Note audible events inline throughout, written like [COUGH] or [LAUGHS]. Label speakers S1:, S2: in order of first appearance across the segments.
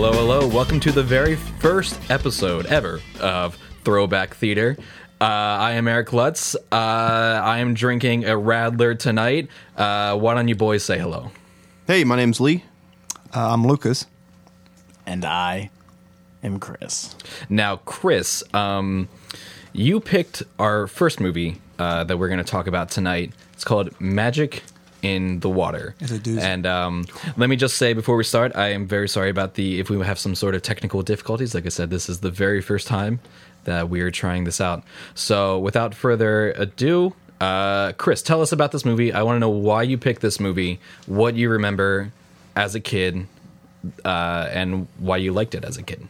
S1: welcome to the very first episode ever of Throwback Theater. Uh, I am Eric Lutz. Uh, I am drinking a Radler tonight. Uh, why don't you boys say hello?
S2: Hey, my name's Lee.
S3: Uh, I'm Lucas.
S4: and I am Chris.
S1: Now, Chris, um, you picked our first movie uh, that we're going to talk about tonight. It's called Magic in the Water.
S3: It's a doozy.
S1: And um, let me just say before we start, I am very sorry about the if we have some sort of technical difficulties. Like I said, this is the very first time that we are trying this out. So, without further ado, uh, Chris, tell us about this movie. I want to know why you picked this movie, what you remember as a kid, uh, and why you liked it as a kid.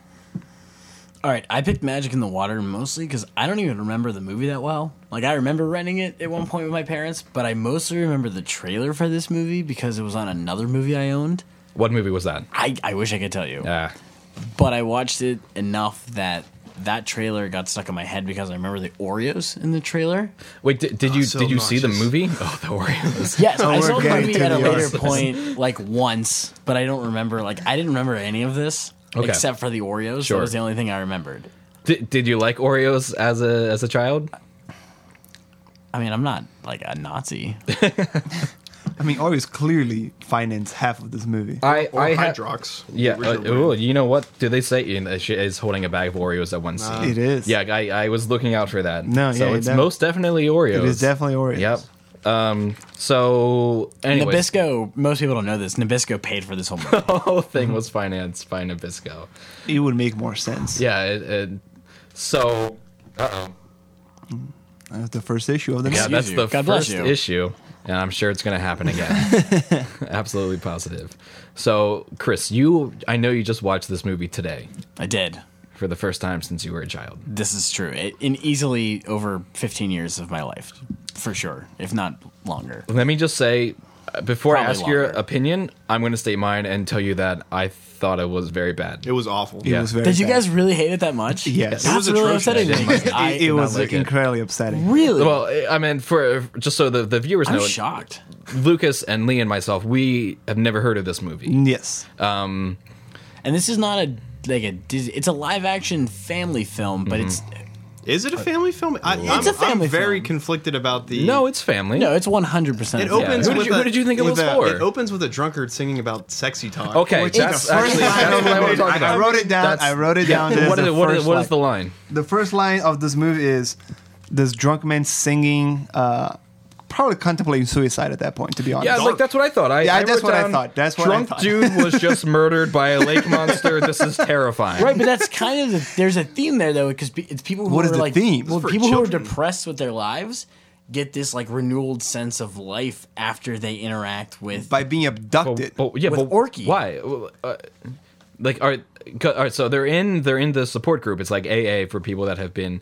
S4: All right, I picked Magic in the Water mostly because I don't even remember the movie that well. Like, I remember renting it at one point with my parents, but I mostly remember the trailer for this movie because it was on another movie I owned.
S1: What movie was that?
S4: I, I wish I could tell you.
S1: Uh,
S4: but I watched it enough that that trailer got stuck in my head because I remember the Oreos in the trailer.
S1: wait, did, did you
S2: so
S1: did you see the
S2: obnoxious.
S1: movie? Oh, the [LAUGHS] Oreos.
S4: Yes, I
S3: we're
S4: saw the
S3: getting
S4: movie
S3: to
S4: at a
S3: the
S4: later
S3: Oreos.
S4: point, like once, but I don't remember. Like, I didn't remember any of this
S1: Okay.
S4: except for the Oreos.
S1: Sure.
S4: That was the only thing I remembered.
S1: did, did you like Oreos as a as a child?
S4: I mean, I'm not like a Nazi.
S3: I mean, Oreos clearly financed half of this movie.
S1: I
S2: Or
S1: I ha-
S2: Oh, Hydrox.
S1: Yeah.
S2: Richard
S1: Uh,
S2: Brand.
S1: ooh, you know what? Do they say in, uh, she is holding a bag of Oreos at one scene?
S3: it is.
S1: Yeah, I, I was looking out for that.
S3: No,
S1: so
S3: yeah,
S1: it's
S3: that-
S1: most definitely Oreos.
S3: It is definitely Oreos.
S1: Yep. Um. So, anyway,
S4: Nabisco. Most people don't know this. Nabisco paid for this whole
S1: [LAUGHS]
S4: movie.
S1: the whole thing was financed by Nabisco.
S3: It would make more sense.
S1: Yeah. It, it, so.
S3: That's Uh, the first issue of the
S1: Yeah,
S3: movie.
S1: that's
S4: you.
S1: the
S4: God bless
S1: first
S4: you.
S1: issue, and I'm sure it's going to happen again. Absolutely positive. So, Chris, you, I know you just watched this movie today
S4: I did.
S1: for the first time since you were a child.
S4: This is true. It, in easily over 15 years of my life, for sure, if not longer.
S1: Let me just say, uh, before I
S4: Probably
S1: ask your
S4: longer.
S1: opinion, I'm going to state mine and tell you that I thought it was very bad.
S2: It was awful.
S3: It was very
S4: Did you
S3: bad.
S4: guys really hate it that
S3: [LAUGHS]
S4: much?
S3: Yes. It
S4: That's
S2: was
S4: really
S2: atrocious.
S4: upsetting. to me, 'cause
S3: [LAUGHS]
S4: I,
S3: It, it was
S1: like it.
S3: incredibly upsetting.
S4: really.
S1: Well, I- I mean, for just so the, the viewers
S4: I'm
S1: know,
S4: shocked.
S1: Lucas and Lee and myself, we have never heard of this movie.
S3: Yes.
S1: Uh.
S4: And this is not a like a. Dis- It's a live action family film, but it's
S2: Is it a family film? I, it's
S4: a family
S2: I'm very
S4: film.
S2: conflicted about the.
S1: No, it's family.
S4: no, it's 100. percent
S2: it opens.
S1: Who did
S2: with
S1: you-
S2: a,
S1: who did you think it
S2: with
S1: was
S2: a-
S1: for?
S2: It opens with a drunkard singing about sexy talk.
S1: Okay,
S2: which
S1: that's
S2: is the
S1: actually
S2: first line
S1: that's what I
S2: of the
S1: want to
S2: movie.
S1: talk about.
S3: I wrote it down.
S1: That's-
S3: I wrote it down. as
S1: What is,
S3: the
S1: what, is,
S3: first
S1: what is the
S3: line.
S1: line?
S3: The first line of this movie is this drunk man singing, uh, probably contemplating suicide at that point. To be honest.
S1: Yeah, like that's what I thought. I,
S3: Yeah,
S1: I
S3: that's
S1: wrote
S3: what I
S1: down,
S3: thought. That's what I
S1: drunk
S3: thought."
S1: dude
S3: [LAUGHS]
S1: was just murdered by a lake monster. This is terrifying.
S4: Right, but that's kind of the, there's a theme there though, because it's people who
S3: What
S4: are
S3: is the
S4: like
S3: theme?
S4: well,
S2: It's for
S4: people who are
S2: children.
S4: depressed with their lives get this like renewed sense of life after they interact with.
S3: By being abducted.
S1: But yeah,
S4: with
S1: but
S4: Orky.
S1: Why? Well, Uh, like, all right, c- all right. So they're in they're in the support group. It's like AA for people that have been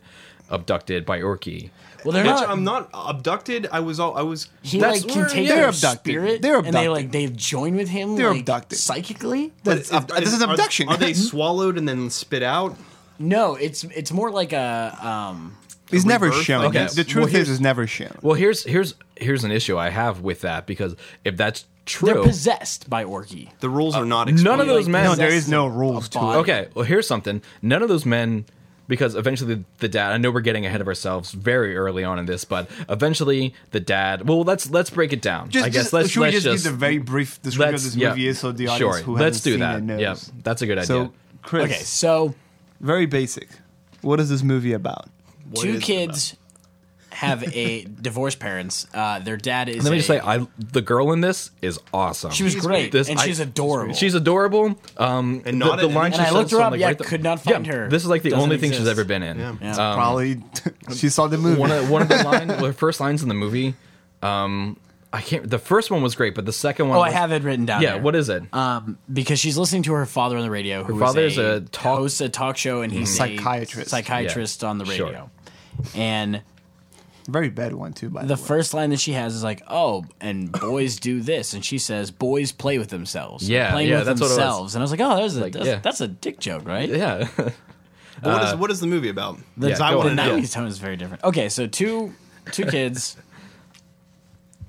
S1: abducted by Orky.
S4: well, they're
S2: Which
S4: not.
S2: I'm not abducted. I was all. I was.
S4: he
S1: that's
S4: like can
S1: where-
S4: take
S1: yeah.
S4: their
S3: They're abducted.
S4: spirit,
S3: They're
S4: and they
S3: abducted.
S4: like they join with him.
S3: They're
S4: like,
S3: abducted.
S4: psychically.
S3: That's ab- this is
S2: are-
S3: abduction.
S2: Are, [LAUGHS] they swallowed and then spit out?
S4: No, it's it's more like a um.
S3: It's never
S2: rebirth,
S3: shown.
S2: I
S1: Okay.
S3: The truth
S1: Well,
S3: is, it's never shown.
S1: Well, here's here's here's an issue I have with that because if that's
S4: They're
S1: true,
S4: possessed by Orky.
S2: The rules are not. Explained.
S1: Uh, none of those
S4: Like,
S1: men.
S3: No, there is
S4: possessed
S3: no
S4: a
S3: rules to it.
S4: body.
S1: Okay, well, here's something. None of those men, because eventually the, the dad. I know we're getting ahead of ourselves very early on in this, but eventually the dad. Well, let's let's break it down. I guess let's
S3: should
S1: let's
S3: we just,
S1: just
S3: give the very brief description of
S1: let's-
S3: this
S1: yeah,
S3: movie is so the audience
S1: sure.
S3: who
S1: let's
S3: hasn't
S1: do
S3: seen
S1: that.
S3: it knows.
S1: Yeah, that's a good idea.
S3: So, Chris,
S4: Okay, so
S3: very basic. What is this movie about?
S4: two
S2: is it
S4: kids have a [LAUGHS] divorced parents. Uh, their dad is.
S1: Let me
S4: a-
S1: just say, I the girl in this is awesome.
S4: She was great,
S1: This-
S4: and
S1: I-
S4: she's adorable.
S1: She's adorable. Um,
S2: And
S1: the,
S2: not
S1: the
S2: in
S1: line
S2: any-
S1: she
S4: And I
S1: says
S4: looked her
S1: from,
S4: up,
S1: like,
S4: yeah,
S1: right there-
S4: could not find her.
S1: This is like the
S4: Doesn't
S1: only thing she's
S4: exist.
S1: ever been in.
S4: Yeah.
S3: Probably [LAUGHS] she saw the movie.
S1: Um, One of one of
S4: [LAUGHS]
S1: the line, the first lines in the movie. Um, I can't. The first one was great, but the second one.
S4: oh, I
S1: was-
S4: have it written down.
S1: Yeah,
S4: there.
S1: what is it?
S4: Um, because she's listening to her father on the radio. Her
S1: father is a talk-
S4: hosts a talk show, and he's
S3: Psychiatrist.
S4: a psychiatrist
S1: Yeah.
S4: on the
S1: Sure.
S4: radio. And
S3: very bad one too. By the,
S4: the
S3: way.
S4: first line that she has is like, "Oh, and boys do this," and she says, "Boys play with themselves."
S1: Yeah,
S4: playing
S1: yeah,
S4: with
S1: that's what it was.
S4: themselves. And I was like, "Oh, that was a, that's,
S1: yeah.
S4: that's a dick joke, right?" [LAUGHS]
S1: yeah.
S2: What is what is the movie about?
S4: The,
S1: Yeah, go
S4: the
S1: on.
S4: 90s tone is very different. Okay, so two two kids,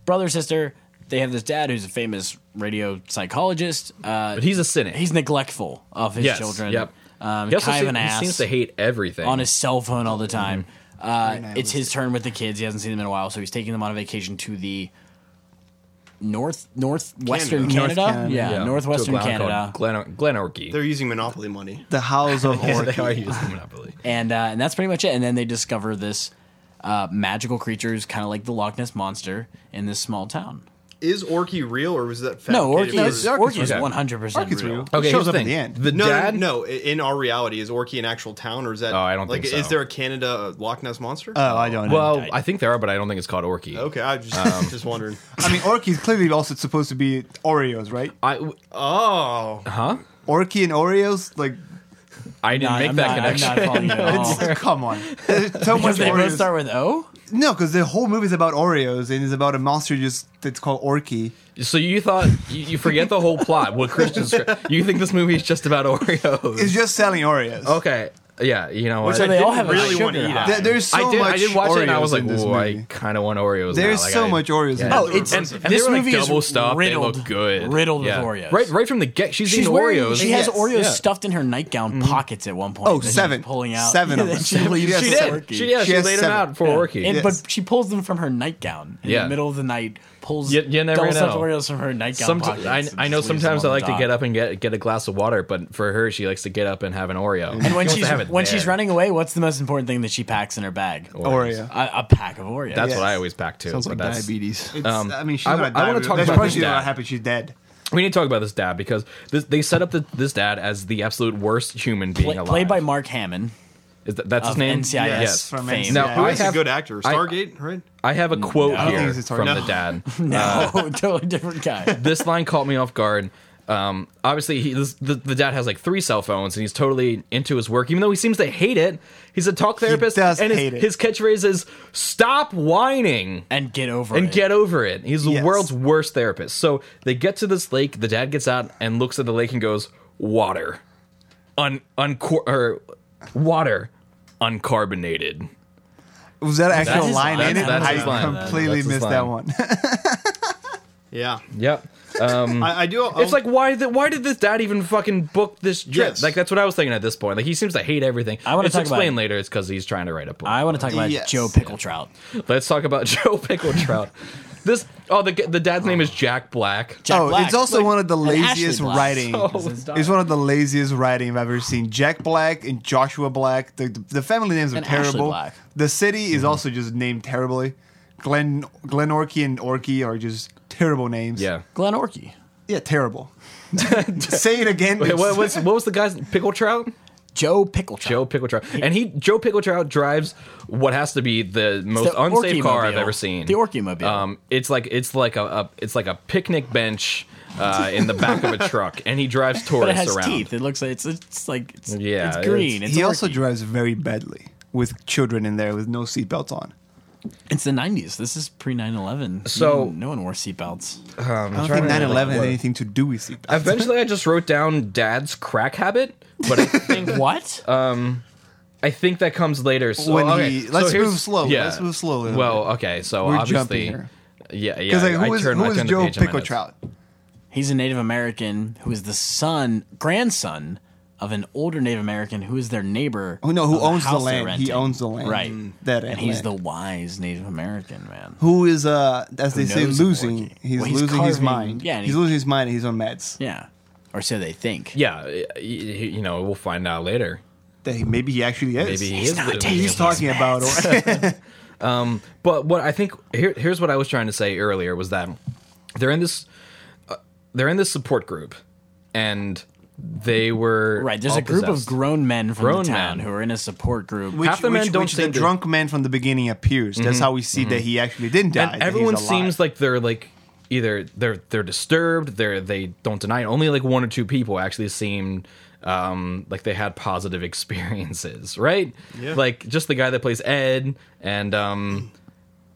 S4: brother, sister, they have this dad who's a famous radio psychologist. Uh,
S1: But he's a cynic.
S4: he's neglectful of his
S1: yes,
S4: children.
S1: Yep.
S4: Um,
S1: he also
S4: kind of an
S1: seems,
S4: ass
S1: he seems to hate everything.
S4: on his cell phone all the
S1: Mm-hmm.
S4: time. Uh,
S3: nihilistic.
S4: it's his turn with the kids. He hasn't seen them in a while, so he's taking them on a vacation to the north
S2: Canada.
S4: northwestern Canada.
S3: North Canada.
S4: Yeah,
S1: Yeah, to a
S4: northwestern
S1: clan called
S4: Canada.
S1: Glen, Glenorchy.
S2: They're using Monopoly money.
S3: The House of
S1: Yeah, [LAUGHS]
S3: Orc.
S1: they are using Monopoly.
S4: and uh, and that's pretty much it. And then they discover this uh, magical creature who's kind of like the Loch Ness monster in this small town.
S2: Is Orky real or was that
S4: No,
S2: fabricated?
S4: Orky
S2: Or-
S4: is
S3: Orky's
S4: Orky is
S1: real.
S4: one hundred percent
S3: Orky's
S4: real.
S3: real.
S1: Okay,
S3: It
S1: here's
S3: shows
S1: the
S3: up at
S1: thing.
S3: the end.
S1: The
S2: No, no,
S1: dad,
S2: no, i- In our reality, is Orky an actual town, or is that?
S1: Oh, I don't
S2: like.
S1: think
S2: Is
S1: so.
S2: there a Canada uh, Loch Ness monster?
S3: Oh, I don't know.
S1: Well, I think there are, but I don't think it's called Orky.
S2: okay. I just
S1: um,
S2: [LAUGHS] just wondering.
S3: I mean, Orky is clearly also supposed to be Oreos, right?
S1: I
S2: Oh,
S1: huh?
S3: Orky and Oreos, like,
S1: I didn't
S4: Nah,
S1: make
S4: I'm
S1: that
S4: not-
S1: connection.
S4: I'm not following you at
S3: [LAUGHS]
S4: all.
S3: it's, come on. There's so much
S4: Because they both
S3: Oreos.
S4: start with O.
S3: no, because the whole movie is about Oreos and it's about a monster just that's called Orky.
S1: [LAUGHS] So you thought you, you forget the whole plot? What Christian's? You think this movie is just
S3: [LAUGHS]
S1: about Oreos?
S3: It's just selling Oreos.
S1: okay, yeah, you know what?
S4: So they all have a
S2: really wanna
S4: sugar
S2: eat it.
S4: high.
S3: There- there's so
S1: I did.
S3: much.
S1: I did watch it, and I
S3: Oreos
S1: was like,
S3: in this
S1: "Ooh, I
S3: movie.
S1: kind of want Oreos." now."
S3: There's
S1: Like,
S3: so
S1: I-
S3: much Oreos in
S1: Yeah.
S3: this
S4: Oh,
S3: movie.
S4: it's
S1: And,
S4: Awesome.
S1: and this
S4: This
S1: were, like,
S4: movie is
S1: double stuff.
S4: riddled-
S1: they look good,
S4: riddled with
S1: yeah.
S4: Oreos.
S1: Right, right from the get. She's,
S4: She's
S1: eating
S4: wearing,
S1: Oreos.
S4: She
S3: Yes.
S4: has
S3: Mm-hmm.
S4: Oreos
S1: Yeah.
S4: stuffed in her nightgown pockets at one point.
S3: Oh,
S4: that she's
S3: seven.
S4: pulling out
S3: Seven of
S4: [LAUGHS] Yeah,
S3: them.
S4: she leaves
S1: She
S3: Yes.
S4: them.
S1: did. She, yeah,
S3: She
S1: she,
S3: has
S1: laid him
S3: seven.
S1: out for
S4: Yeah.
S1: Orky.
S4: And-
S3: Yes.
S4: But she pulls them from her nightgown in
S1: Yeah.
S4: the middle of the night. Pulls
S1: You- you never
S4: double stuffed
S1: know.
S4: Oreos from her nightgown.
S1: Somet-
S4: pockets
S1: I,
S4: and
S1: I know
S4: just leaves
S1: sometimes I
S4: them on
S1: like
S4: the
S1: to get
S4: dock.
S1: up and get get a glass of water, but for her, she likes to get up and have an Oreo.
S4: And when
S1: She wants to
S4: she's
S1: have it
S4: when
S1: there. Oh.
S4: she's running away, what's the most important thing that she packs in her bag?
S3: Oreo.
S4: A, a pack of Oreos.
S1: that's
S3: Yes.
S1: what I always pack too.
S2: sounds
S1: but
S2: like
S1: that's-
S2: diabetes.
S3: It's,
S1: Um,
S3: I mean, she's
S1: I w-
S3: not
S1: I wanna
S3: die.
S1: talk
S3: That's
S1: about
S3: probably
S1: this
S3: she's not
S1: dad.
S3: happy she's dead.
S1: We need to talk about this dad because this, they set up the, this dad as the absolute worst human being
S4: Play-
S1: alive.
S4: played by Mark Hammond
S1: Is that, that's
S4: of
S1: his name.
S4: NCIS
S1: Yes.
S3: from
S4: fame.
S3: NCIS.
S1: Now
S3: Yeah.
S1: I
S2: He's a
S1: have
S2: good actor.
S1: I-
S2: Stargate, right?
S1: I have a quote
S4: I don't
S1: here
S3: Mm. think it's
S1: from
S3: [LAUGHS] Target.
S1: the dad.
S4: no,
S1: Uh,
S4: [LAUGHS] totally
S1: [LAUGHS]
S4: different guy.
S1: this line caught me off guard. Um, obviously, he, this, the, the dad has like three cell phones, and he's totally into his work, even though he seems to hate it. He's a talk therapist,
S3: does
S1: and his,
S3: hate it.
S1: his catchphrase is "Stop whining."
S4: And get over
S1: and
S4: it.
S1: get over it. He's the
S3: Yes.
S1: world's worst therapist. So they get to this lake. The dad gets out and looks at the lake and goes, "Water, un unco- or water, uncarbonated."
S3: Was that actual
S4: his
S3: line
S4: line.
S3: in it?
S4: That's
S3: I
S4: his
S1: line.
S3: completely
S1: That's his
S3: missed
S1: line.
S3: that one.
S2: Yeah,
S1: Yep.
S2: I, I do.
S1: Mm.
S2: um,
S1: It's like why did why did this dad even fucking book this trip?
S2: Yes.
S1: Like that's what I was thinking at this point. Like he seems to hate everything.
S4: I wanna
S1: It's
S4: talk about
S1: explained
S4: it.
S1: later. It's because he's trying to write a book.
S4: I want to talk about
S3: Yes.
S4: Joe Pickletrout.
S1: Let's talk about [LAUGHS] Joe
S4: [LAUGHS]
S1: Pickletrout. this oh the the dad's name is Jack Black.
S4: Jack
S3: oh,
S4: Black.
S3: it's also
S4: Like,
S3: one of the
S4: and Ashley
S3: laziest
S4: Black.
S3: writing.
S4: [LAUGHS]
S1: So-
S3: it's one of the laziest writing I've ever seen. Jack Black and Joshua Black. The, the family names are
S4: And Ashley
S3: terrible.
S4: Black. Mm-hmm.
S3: The city is also just named terribly. Glen Glen Orky and Orky are just terrible names.
S1: Yeah.
S4: Glenn Orkey.
S3: yeah,
S4: [LAUGHS]
S3: terrible. Say it again.
S1: Wait, what,
S3: It's-
S1: what's, what was the guy's Pickletrout?
S4: Joe Pickletrout.
S1: Joe Pickletrout, and he Joe Pickletrout drives what has to be the most
S4: the
S1: unsafe car I've
S4: Orky-mobile.
S1: ever seen.
S4: The Orky-mobile.
S1: Um, it's like it's like a, a it's like a picnic bench uh, in the back of a
S4: [LAUGHS]
S1: truck, and he drives
S4: But it
S1: tourists
S4: has
S1: around.
S4: teeth. It looks like it's, it's like it's,
S1: Yeah,
S4: it's
S1: it's-
S4: green. It's
S3: he also
S4: Orky.
S3: drives very badly with children in there with no seatbelts on.
S4: It's the 90s. This is pre 9 11.
S1: So-
S4: no one wore seatbelts.
S3: I don't think
S1: trying to
S3: 9
S1: remember,
S3: 11
S1: like,
S3: had
S1: what-
S3: anything to do with seatbelts.
S1: [LAUGHS]
S3: [LAUGHS]
S1: Eventually, I just wrote down Dad's crack habit, but I
S4: [LAUGHS]
S1: think
S4: What?
S1: Uh, I think that comes later. So,
S3: When
S1: okay,
S3: he-
S1: so
S3: let's
S1: here's-
S3: move slowly, let's move slowly.
S1: Well, okay, so
S3: We're
S1: obviously,
S3: jumping here.
S1: yeah, yeah.
S3: Because like, who
S1: I
S3: is,
S1: turn,
S3: who
S1: I
S3: is
S1: turn the
S3: Joe
S1: page in my notes.
S3: Pickletrout?
S4: He's a Native American who is the son, grandson of an older Native American who is their neighbor.
S3: Oh no, who
S4: of
S3: owns the
S4: house they're
S3: land? He
S4: renting.
S3: owns the land. Mm,
S4: Right.
S3: That
S4: and he's the wise Native American, man.
S3: who is uh as they say
S4: knows of
S3: losing.
S4: orgy.
S3: He's,
S4: Well, he's
S3: losing his
S4: carving-
S3: mind.
S4: yeah,
S3: Yeah,
S4: and
S3: he's
S4: he-
S3: losing his mind. and He's on meds.
S4: Yeah. Or so they think.
S1: Yeah, y- y- you know, we'll find out later.
S3: That he, maybe he actually is.
S1: Maybe he
S4: He's
S1: is
S4: not
S1: living-
S4: taking
S3: he's talking about. Or,
S1: But what I think here, here's what I was trying to say earlier was that they're in this uh, they're in this support group, and they were
S4: Right. There's
S1: all
S4: a group
S1: possessed.
S4: of grown men from
S1: Grown
S4: the town
S1: men.
S4: who are in a support group.
S3: [LAUGHS] which,
S1: Half the men
S3: which,
S1: don't
S3: which the
S1: think that-
S3: drunk man from the beginning appears. That's how we see that he actually didn't die.
S1: Mm-hmm. and everyone seems
S3: Like,
S1: like they're like either they're they're disturbed they're they don't deny it only like one or two people actually seemed um like they had positive [LAUGHS] experiences right
S2: Yeah.
S1: like just the guy that plays ed and um